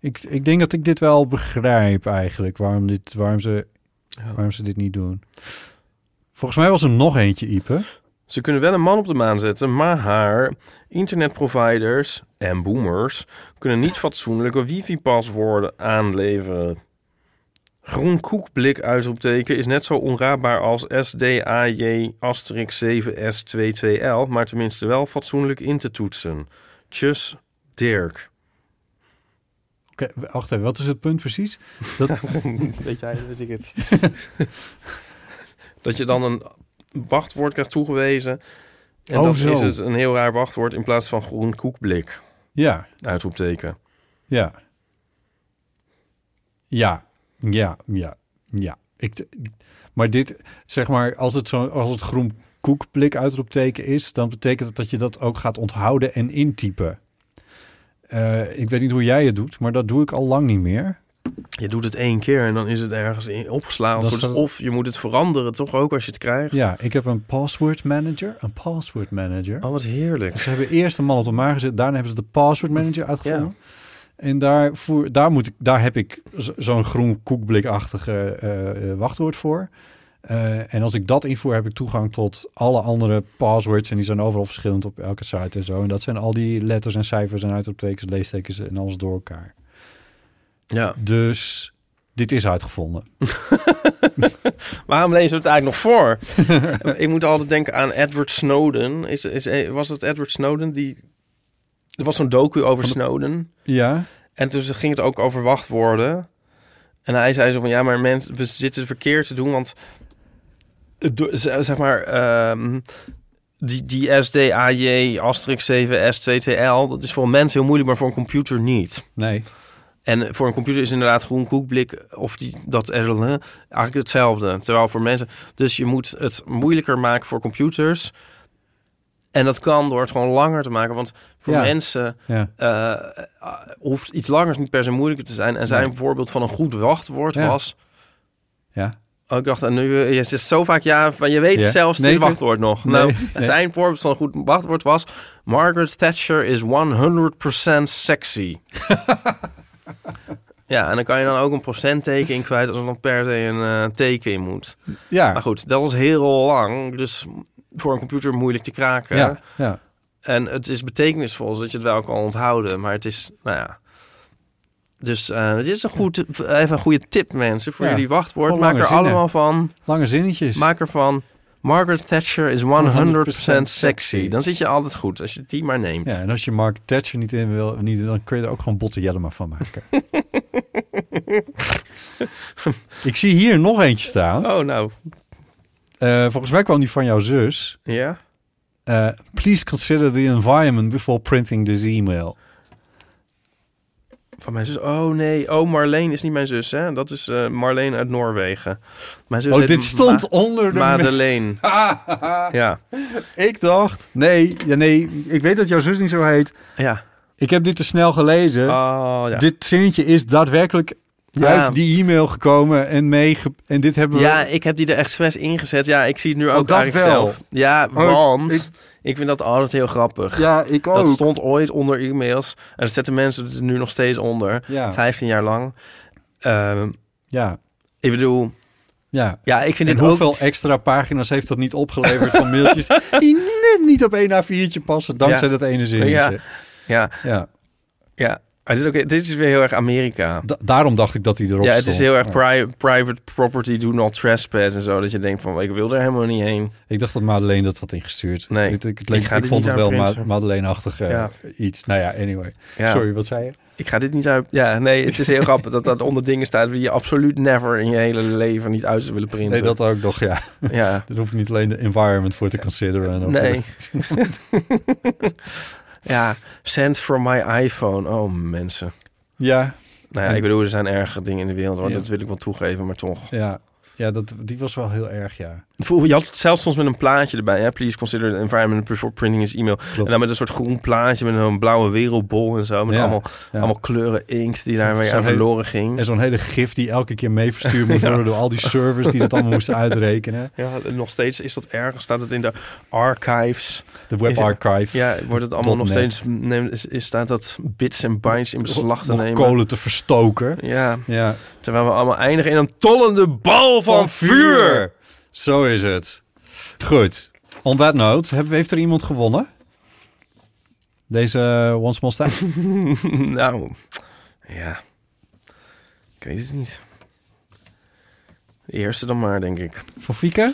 B: Ik, ik denk dat ik dit wel begrijp eigenlijk. Waarom, dit, waarom, ze,
A: Ja.
B: waarom ze dit niet doen. Volgens mij was er nog eentje, Ipe.
A: Ze kunnen wel een man op de maan zetten, maar haar internetproviders en boomers kunnen niet fatsoenlijke wifi-paswoorden aanleveren. Groen koekblik uitroepteken is net zo onraadbaar als SDAJ asterix 7S22L, maar tenminste wel fatsoenlijk in te toetsen. Tjus, Dirk.
B: Oké, wacht even, wat is het punt precies? Dat,
A: Weet jij, weet ik het. dat je dan een wachtwoord krijgt toegewezen. En
B: Oh,
A: dan
B: zo.
A: is het een heel raar wachtwoord in plaats van groen koekblik.
B: ja,
A: Uitroepteken.
B: ja. Ja, ja, ja, ja. Ik, t- maar dit, zeg maar, als het, zo, als het groen koekblik uitroepteken is... dan betekent het dat je dat ook gaat onthouden en intypen. Eh, ik weet niet hoe jij het doet, maar dat doe ik al lang niet meer.
A: Je doet het één keer en dan is het ergens in opgeslagen.
B: Dat
A: Soort-
B: staat-
A: Of je moet het veranderen, toch ook als je het krijgt.
B: Ja, ik heb een password manager. Een password manager.
A: Oh, wat heerlijk.
B: Dus Ze hebben eerst een man op de maag gezet. Daarna hebben ze de password manager uitgevonden. En daar, voer, daar, moet ik, daar heb ik zo- zo'n groen koekblikachtige eh, eh, wachtwoord voor. Eh, en als ik dat invoer, heb ik toegang tot alle andere passwords. En die zijn overal verschillend op elke site en zo. En dat zijn al die letters en cijfers en uitroeptekens, leestekens en alles door elkaar.
A: Ja.
B: Dus dit is uitgevonden.
A: Waarom lezen we het eigenlijk nog voor? ik moet altijd denken aan Edward Snowden. Is, is, was dat Edward Snowden? Die, er was zo'n docu over Snowden.
B: Ja,
A: En toen ging het ook over wachtwoorden. En hij zei zo van, ja, maar mensen, we zitten verkeerd te doen, want... het do- z- Zeg maar, ehm, die, die SDAJ, asterix 7, S2TL, dat is voor een mens heel moeilijk, maar voor een computer niet.
B: nee.
A: En voor een computer is inderdaad groen koekblik of die, dat RLE eigenlijk hetzelfde. Terwijl voor mensen... Dus je moet het moeilijker maken voor computers. En dat kan door het gewoon langer te maken. Want voor
B: Ja.
A: mensen
B: Ja,
A: eh, eh, hoeft iets langers niet per se moeilijker te zijn. En zijn
B: Nee.
A: voorbeeld van een goed wachtwoord
B: Ja.
A: was...
B: ja.
A: Oh, ik dacht, en nu, eh, je zegt zo vaak ja, maar je weet
B: Ja.
A: zelfs
B: Nee,
A: dit
B: ik weet-
A: wachtwoord nog.
B: Nee,
A: nou,
B: nee.
A: zijn voorbeeld van een goed wachtwoord was... Margaret Thatcher is 100% sexy. ja, en dan kan je dan ook een procentteken in kwijt... als er dan per se een eh, teken in moet.
B: Ja,
A: Maar goed, dat was heel lang. Dus voor een computer moeilijk te kraken.
B: ja, ja.
A: En het is betekenisvol, zodat je het wel kan onthouden. Maar het is, nou ja. Dus eh, dit is een, goed, even een goede tip, mensen, voor
B: Ja.
A: jullie wachtwoord.
B: Gewoon
A: Maak er
B: lange zinnen.
A: allemaal van.
B: Lange zinnetjes.
A: Maak er van. Margaret Thatcher is 100% sexy. Dan zit je altijd goed, als je die maar neemt.
B: Ja, en als je Mark Thatcher niet in wil, niet, dan kun je er ook gewoon Botte Jellema van maken. ik zie hier nog eentje staan.
A: Oh, nou.
B: Eh, volgens mij kwam die van jouw zus.
A: Ja?
B: Eh, please consider the environment before printing this email.
A: Van mijn zus. Oh, nee. Oh, Marleen is niet mijn zus, hè. Dat is eh, Marleen uit Noorwegen. Mijn zus
B: Oh,
A: heet
B: dit stond
A: Dus Ma-
B: onder de... Ah,
A: Madeleine. ja.
B: ik dacht... Nee, ja, nee, ik weet dat jouw zus niet zo heet.
A: Ja.
B: Ik heb dit te snel gelezen.
A: Oh, ja.
B: Dit zinnetje is daadwerkelijk
A: Ja.
B: uit die e-mail gekomen en meege... En dit hebben we...
A: Ja, ik heb die er expres ingezet. Ja, ik zie het nu ook
B: Oh, dat
A: eigenlijk
B: wel.
A: zelf. Ja, want ik, vind dat altijd heel grappig.
B: Ja, ik ook.
A: Dat stond ooit onder e-mails. En dat zetten mensen er nu nog steeds onder.
B: Ja.
A: 15 jaar lang. Ehm,
B: Ja,
A: ik bedoel,
B: ja.
A: ja, ik vind
B: En
A: dit ook...
B: hoeveel extra pagina's heeft dat niet opgeleverd van mailtjes die net niet op één A4'tje passen dankzij dat ene zinnetje.
A: Ja,
B: Ja.
A: ja. Maar dit, is ook, dit is weer heel erg Amerika.
B: Da- daarom dacht ik dat hij erop
A: Ja, het
B: stond.
A: is heel erg
B: Ja.
A: pri- private property, do not trespass en zo. Dat je denkt van, ik wil er helemaal niet heen.
B: Ik dacht dat Madeleine dat had ingestuurd.
A: Nee,
B: ik, ik,
A: ik
B: ik,
A: ga dit
B: vond
A: niet
B: het wel
A: uitprinten.
B: Ma- Madeleine-achtig eh,
A: Ja.
B: iets. Nou ja, anyway.
A: Ja.
B: Sorry, wat zei je?
A: Ik ga dit niet uit. Ja, nee, het is heel grappig dat dat onder dingen staat die je absoluut never in je hele leven niet uit zou willen printen.
B: Nee, dat ook nog, ja.
A: Ja.
B: Daar hoef ik niet alleen de environment voor te consideren. En ook
A: Nee. ja, send from my iPhone. Oh, mensen.
B: Ja,
A: Nou ja, ik bedoel, er zijn erge dingen in de wereld, hoor.
B: Ja.
A: Dat wil ik wel toegeven, maar toch.
B: ja. Ja, dat, die was wel heel erg, ja.
A: Vroeger, je had het zelfs soms met een plaatje erbij. Hè? Please consider the environment before printing is e-mail. En dan met een soort groen plaatje met een blauwe wereldbol en zo. Met
B: Ja,
A: allemaal,
B: ja.
A: allemaal kleuren inkt die daarmee
B: Zo'n
A: aan
B: hele-
A: verloren ging.
B: En zo'n hele gif die elke keer mee verstuurd moest worden door al die servers die dat allemaal moesten uitrekenen.
A: Ja, nog steeds is dat erg. Staat het in de archives.
B: De web
A: Is het-
B: archive.
A: Ja, wordt het allemaal nog
B: Dot net.
A: steeds... Neem, is, is- staat dat bits en bytes in beslag te
B: Nog
A: nemen?
B: kolen te verstoken.
A: Ja,
B: Ja.
A: terwijl we allemaal eindigen in een tollende bal van, vuur.
B: Zo is het. Goed. On that note, heb- heeft er iemand gewonnen? Deze eh, One Small Step?
A: nou, ja. Ik weet het niet. De eerste dan maar, denk ik.
B: Voor Fieke?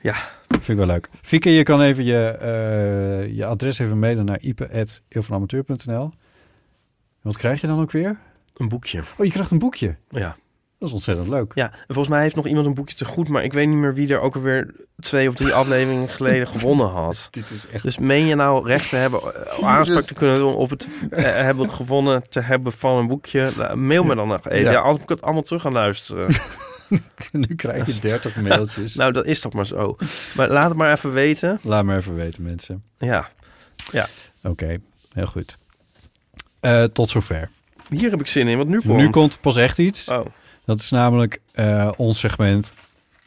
A: Ja.
B: Vind ik wel leuk. Fieke, je kan even je, eh, je adres even mailen naar ipe.eeuwvanamateur.nl. En Wat krijg je dan ook weer?
A: Een boekje.
B: Oh, je krijgt een boekje.
A: Ja.
B: Dat is ontzettend leuk.
A: Ja, en volgens mij heeft nog iemand een boekje te goed, maar ik weet niet meer wie er ook alweer twee of drie afleveringen geleden gewonnen had.
B: Dit is echt...
A: Dus meen je nou recht te hebben, eh, aanspraak te kunnen doen op het eh, hebben gewonnen te hebben van een boekje? Nou, mail me dan nog even.
B: Ja.
A: Ja, anders moet ik het allemaal terug gaan luisteren.
B: nu krijg je 30 mailtjes.
A: nou, dat is toch maar zo. Maar laat het maar even weten.
B: Laat me even weten, mensen.
A: Ja.
B: Oké, heel goed. Eh, tot zover.
A: Hier heb ik zin in, want nu komt...
B: Nu komt pas echt iets.
A: Oh,
B: Dat is namelijk eh, ons segment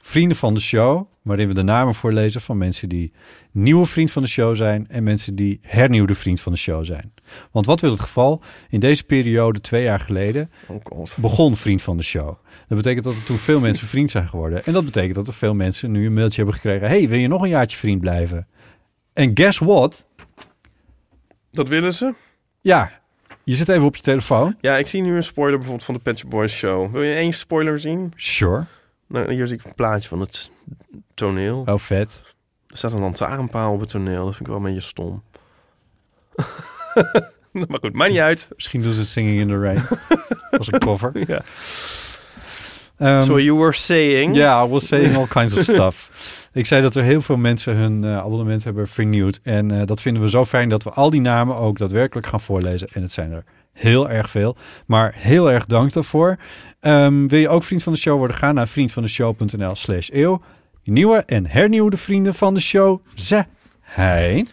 B: Vrienden van de Show, waarin we de namen voorlezen van mensen die nieuwe vriend van de show zijn en mensen die hernieuwde vriend van de show zijn. Want wat wil het geval? In deze periode, twee jaar geleden,
A: oh god.
B: begon vriend van de show. Dat betekent dat er toen veel mensen vriend zijn geworden. En dat betekent dat er veel mensen nu een mailtje hebben gekregen. hey, wil je nog een jaartje vriend blijven? En guess what?
A: Dat willen ze?
B: Ja, je zit even op je telefoon.
A: Ja, ik zie nu een spoiler bijvoorbeeld van de Pet Shop Boys show. Wil je één spoiler zien?
B: Sure.
A: Nou, hier zie ik een plaatje van het toneel.
B: Oh, vet.
A: Er staat een lantaarnpaal op het toneel. Dat vind ik wel een beetje stom. maar goed, maakt niet uit.
B: Misschien doen ze Singing in the Rain. Als een cover.
A: Ja.
B: Ehm,
A: So you were saying...
B: Ja, I was saying all kinds of stuff. Ik zei dat er heel veel mensen hun eh, abonnement hebben vernieuwd. En eh, dat vinden we zo fijn dat we al die namen ook daadwerkelijk gaan voorlezen. En het zijn er heel erg veel. Maar heel erg dank daarvoor. Ehm, wil je ook vriend van de show worden? Ga naar vriendvandeshow.nl slash eeuw. Nieuwe en hernieuwde vrienden van de show zijn...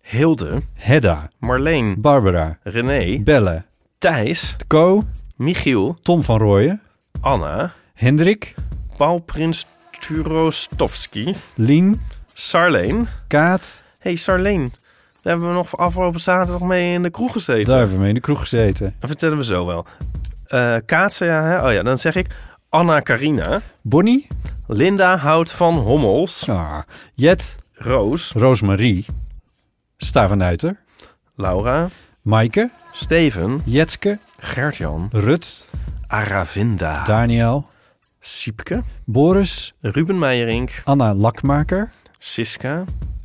A: Hilde,
B: Hedda,
A: Marleen,
B: Barbara,
A: René,
B: Belle,
A: Thijs,
B: Co,
A: Michiel,
B: Tom van Rooyen,
A: Anna,
B: Hendrik,
A: Paul Prins Turostovski,
B: Lien,
A: Sarleen.
B: Kaat.
A: hey, Sarleen, daar hebben we nog afgelopen zaterdag mee in de kroeg gezeten.
B: Daar hebben we mee in de kroeg gezeten.
A: Dat vertellen we zo wel. Eh Kaat zei, ja, hè? oh ja, dan zeg ik Anna Karina,
B: Bonnie,
A: Linda Hout van Hommels,
B: ah, Jet,
A: Roos,
B: Roosmarie, Stavenuiter,
A: Laura,
B: Maaike,
A: Steven,
B: Jetske,
A: Gertjan,
B: Rut,
A: Aravinda,
B: Daniel,
A: Siepke,
B: Boris,
A: Ruben Meijerink,
B: Anna Lakmaker,
A: Siska,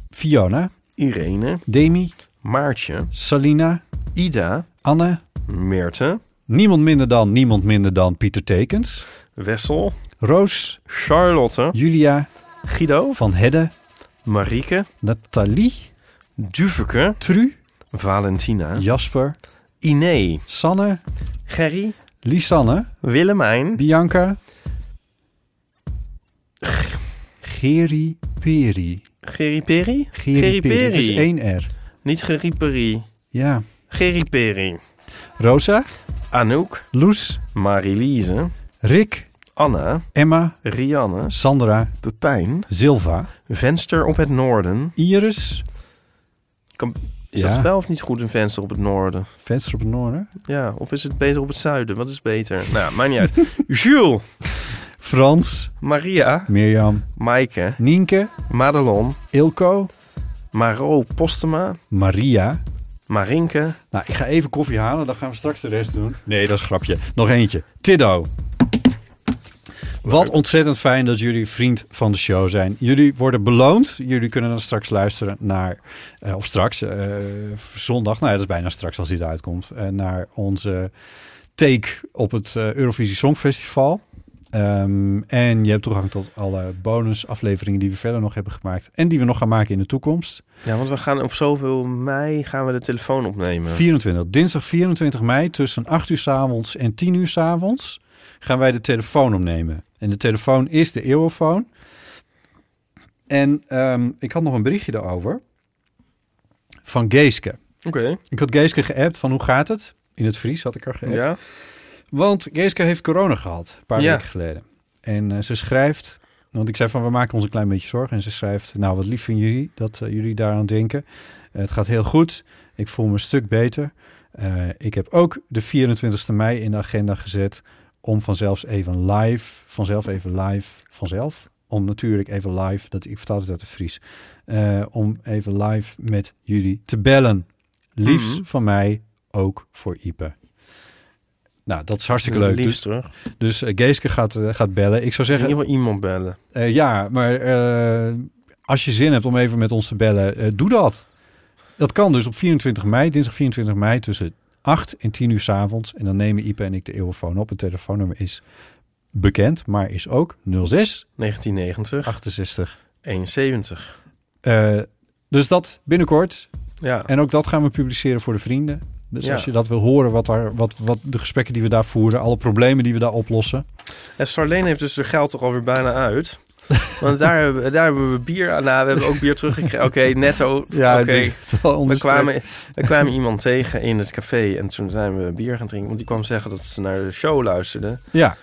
B: Fiona,
A: Irene,
B: Demi,
A: Maartje,
B: Salina,
A: Ida,
B: Anne,
A: Meerte,
B: niemand minder dan, niemand minder dan Pieter Tekens,
A: Wessel,
B: Roos,
A: Charlotte,
B: Julia,
A: Guido,
B: Van Hedde,
A: Marieke,
B: Nathalie,
A: Duveke,
B: Tru,
A: Valentina,
B: Jasper,
A: Iné,
B: Sanne,
A: Gerry,
B: Lisanne,
A: Willemijn,
B: Bianca, Geri Peri.
A: Geriperi?
B: Geriperi. Het is
A: Geriperi.
B: één R.
A: Niet Geriperi.
B: Ja.
A: Geriperi.
B: Rosa,
A: Anouk,
B: Loes,
A: Marilise,
B: Rick,
A: Anna,
B: Emma,
A: Rianne,
B: Sandra,
A: Pepijn,
B: Silva,
A: Venster op het Noorden.
B: Iris.
A: Kan, is
B: Ja.
A: dat wel of niet goed een venster op het Noorden?
B: Venster op het Noorden.
A: Ja, of is het beter op het Zuiden? Wat is beter? Nou, maakt niet uit. Jules,
B: Frans,
A: Maria,
B: Mirjam,
A: Maaike,
B: Nienke,
A: Madelon,
B: Ilko,
A: Maro Postema,
B: Maria.
A: Marinke,
B: Nou, ik ga even koffie halen, dan gaan we straks de rest doen. Nee, dat is een grapje. Nog eentje. Tiddo. Wat ontzettend fijn dat jullie vriend van de show zijn. Jullie worden beloond. Jullie kunnen dan straks luisteren naar, eh, of straks, eh, zondag, nou ja, dat is bijna straks als dit uitkomt, eh, naar onze take op het eh, Eurovisie Songfestival. Ehm, en je hebt toegang tot alle bonusafleveringen die we verder nog hebben gemaakt en die we nog gaan maken in de toekomst.
A: Ja, want we gaan op zoveel mei gaan we de telefoon opnemen.
B: 24. Dinsdag 24 mei tussen 8 uur 's avonds en 10 uur 's avonds gaan wij de telefoon opnemen. En de telefoon is de Eeuwofoon. En ehm, ik had nog een berichtje daarover van Geeske.
A: Oké.
B: Ik had Geeske geappt van hoe gaat het? In het Fries had ik haar geappt.
A: Ja.
B: Want Geeske heeft corona gehad, een paar
A: Ja.
B: weken geleden. En eh, ze schrijft, want ik zei van we maken ons een klein beetje zorgen. En ze schrijft, nou wat lief van jullie dat eh, jullie daaraan denken. Eh, het gaat heel goed, ik voel me een stuk beter. Eh, ik heb ook de 24e mei in de agenda gezet om vanzelf even live, vanzelf even live, vanzelf. Om natuurlijk even live, dat ik vertaal het uit de Fries. eh, om even live met jullie te bellen. Liefst
A: Mhm.
B: van mij, ook voor Ipe. Nou, dat is hartstikke leuk.
A: Liefst
B: Dus
A: terug.
B: dus eh, Geeske gaat, eh, gaat bellen. Ik zou
A: In
B: zeggen,
A: ieder geval iemand bellen.
B: eh, ja, maar eh, als je zin hebt om even met ons te bellen, eh, doe dat. Dat kan dus op 24 mei, dinsdag 24 mei tussen 8 en 10 uur 's avonds. En dan nemen Ipe en ik de eeuwenfoon op. Het telefoonnummer is bekend, maar is ook 06
A: 1990,
B: 68.
A: 71.
B: Eh, dus dat binnenkort.
A: Ja.
B: En ook dat gaan we publiceren voor de vrienden. Dus
A: Ja.
B: als je dat wil horen, wat, daar, wat, wat de gesprekken die we daar voeren, alle problemen die we daar oplossen.
A: En Sarleen heeft dus haar geld toch alweer bijna uit. Want daar hebben, daar hebben we bier aan. Nou, we hebben ook bier teruggekregen. Oké, netto.
B: Ja,
A: Oké.
B: ik denk het wel
A: We
B: onderstreept.
A: kwamen, we kwamen iemand tegen in het café en toen zijn we bier gaan drinken. Want die kwam zeggen dat ze naar de show luisterde.
B: Ja,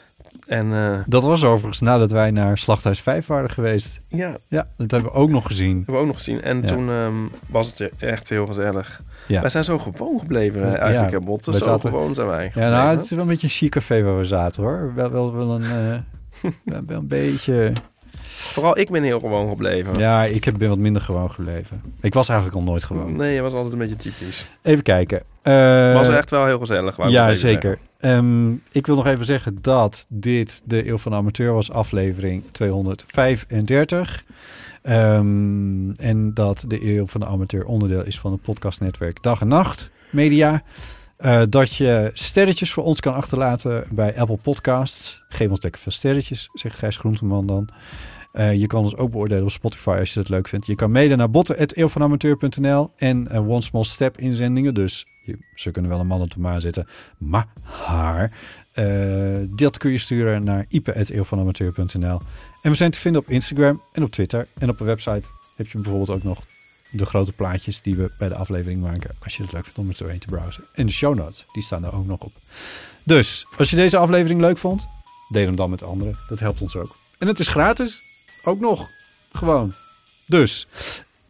A: En eh,
B: dat was overigens nadat wij naar Slachthuis 5 waren geweest.
A: ja,
B: Ja, dat hebben we ook nog gezien.
A: hebben we ook nog gezien. En
B: Ja.
A: toen ehm, was het echt heel gezellig.
B: Ja.
A: Wij zijn zo gewoon gebleven eh,
B: Ja,
A: eigenlijk, ja, Botten.
B: we
A: Zo
B: zaten-
A: gewoon zijn wij
B: Ja,
A: gebleven.
B: nou, het is wel een beetje een chic café waar we zaten, hoor. Wel, wel, wel een... eh, wel- wel een beetje...
A: Vooral ik ben heel gewoon gebleven.
B: Ja, ik heb- ben wat minder gewoon gebleven. Ik was eigenlijk al nooit gewoon.
A: Nee, het was altijd een beetje typisch.
B: Even kijken.
A: Het
B: Eh,
A: was echt wel heel gezellig. wou ik nog
B: Ja,
A: even
B: zeker.
A: zeggen.
B: Ehm, ik wil nog even zeggen dat dit de Eeuw van de Amateur was, aflevering 235. Ehm, en dat de Eeuw van de Amateur onderdeel is van het podcastnetwerk Dag en Nacht Media. Eh, dat je sterretjes voor ons kan achterlaten bij Apple Podcasts. Geef ons lekker veel sterretjes, zegt Gijs Groenteman dan. Eh, je kan ons ook beoordelen op Spotify als je dat leuk vindt. Je kan mailen naar botten.eeuwvanamateur.nl en eh, One Small Step inzendingen. Dus je, ze kunnen wel een man op de maan zitten, maar haar. eh, dat kun je sturen naar ipe.eeuwvanamateur.nl. En we zijn te vinden op Instagram en op Twitter. En op de website heb je bijvoorbeeld ook nog de grote plaatjes die we bij de aflevering maken. Als je het leuk vindt om eens doorheen te browsen. En de show notes, die staan er ook nog op. Dus, als je deze aflevering leuk vond, deel hem dan met anderen. Dat helpt ons ook. En het is gratis. Ook nog. Gewoon. Dus,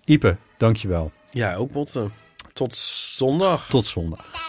B: Ipe, dankjewel.
A: Ja, ook Botten. Tot zondag.
B: Tot zondag.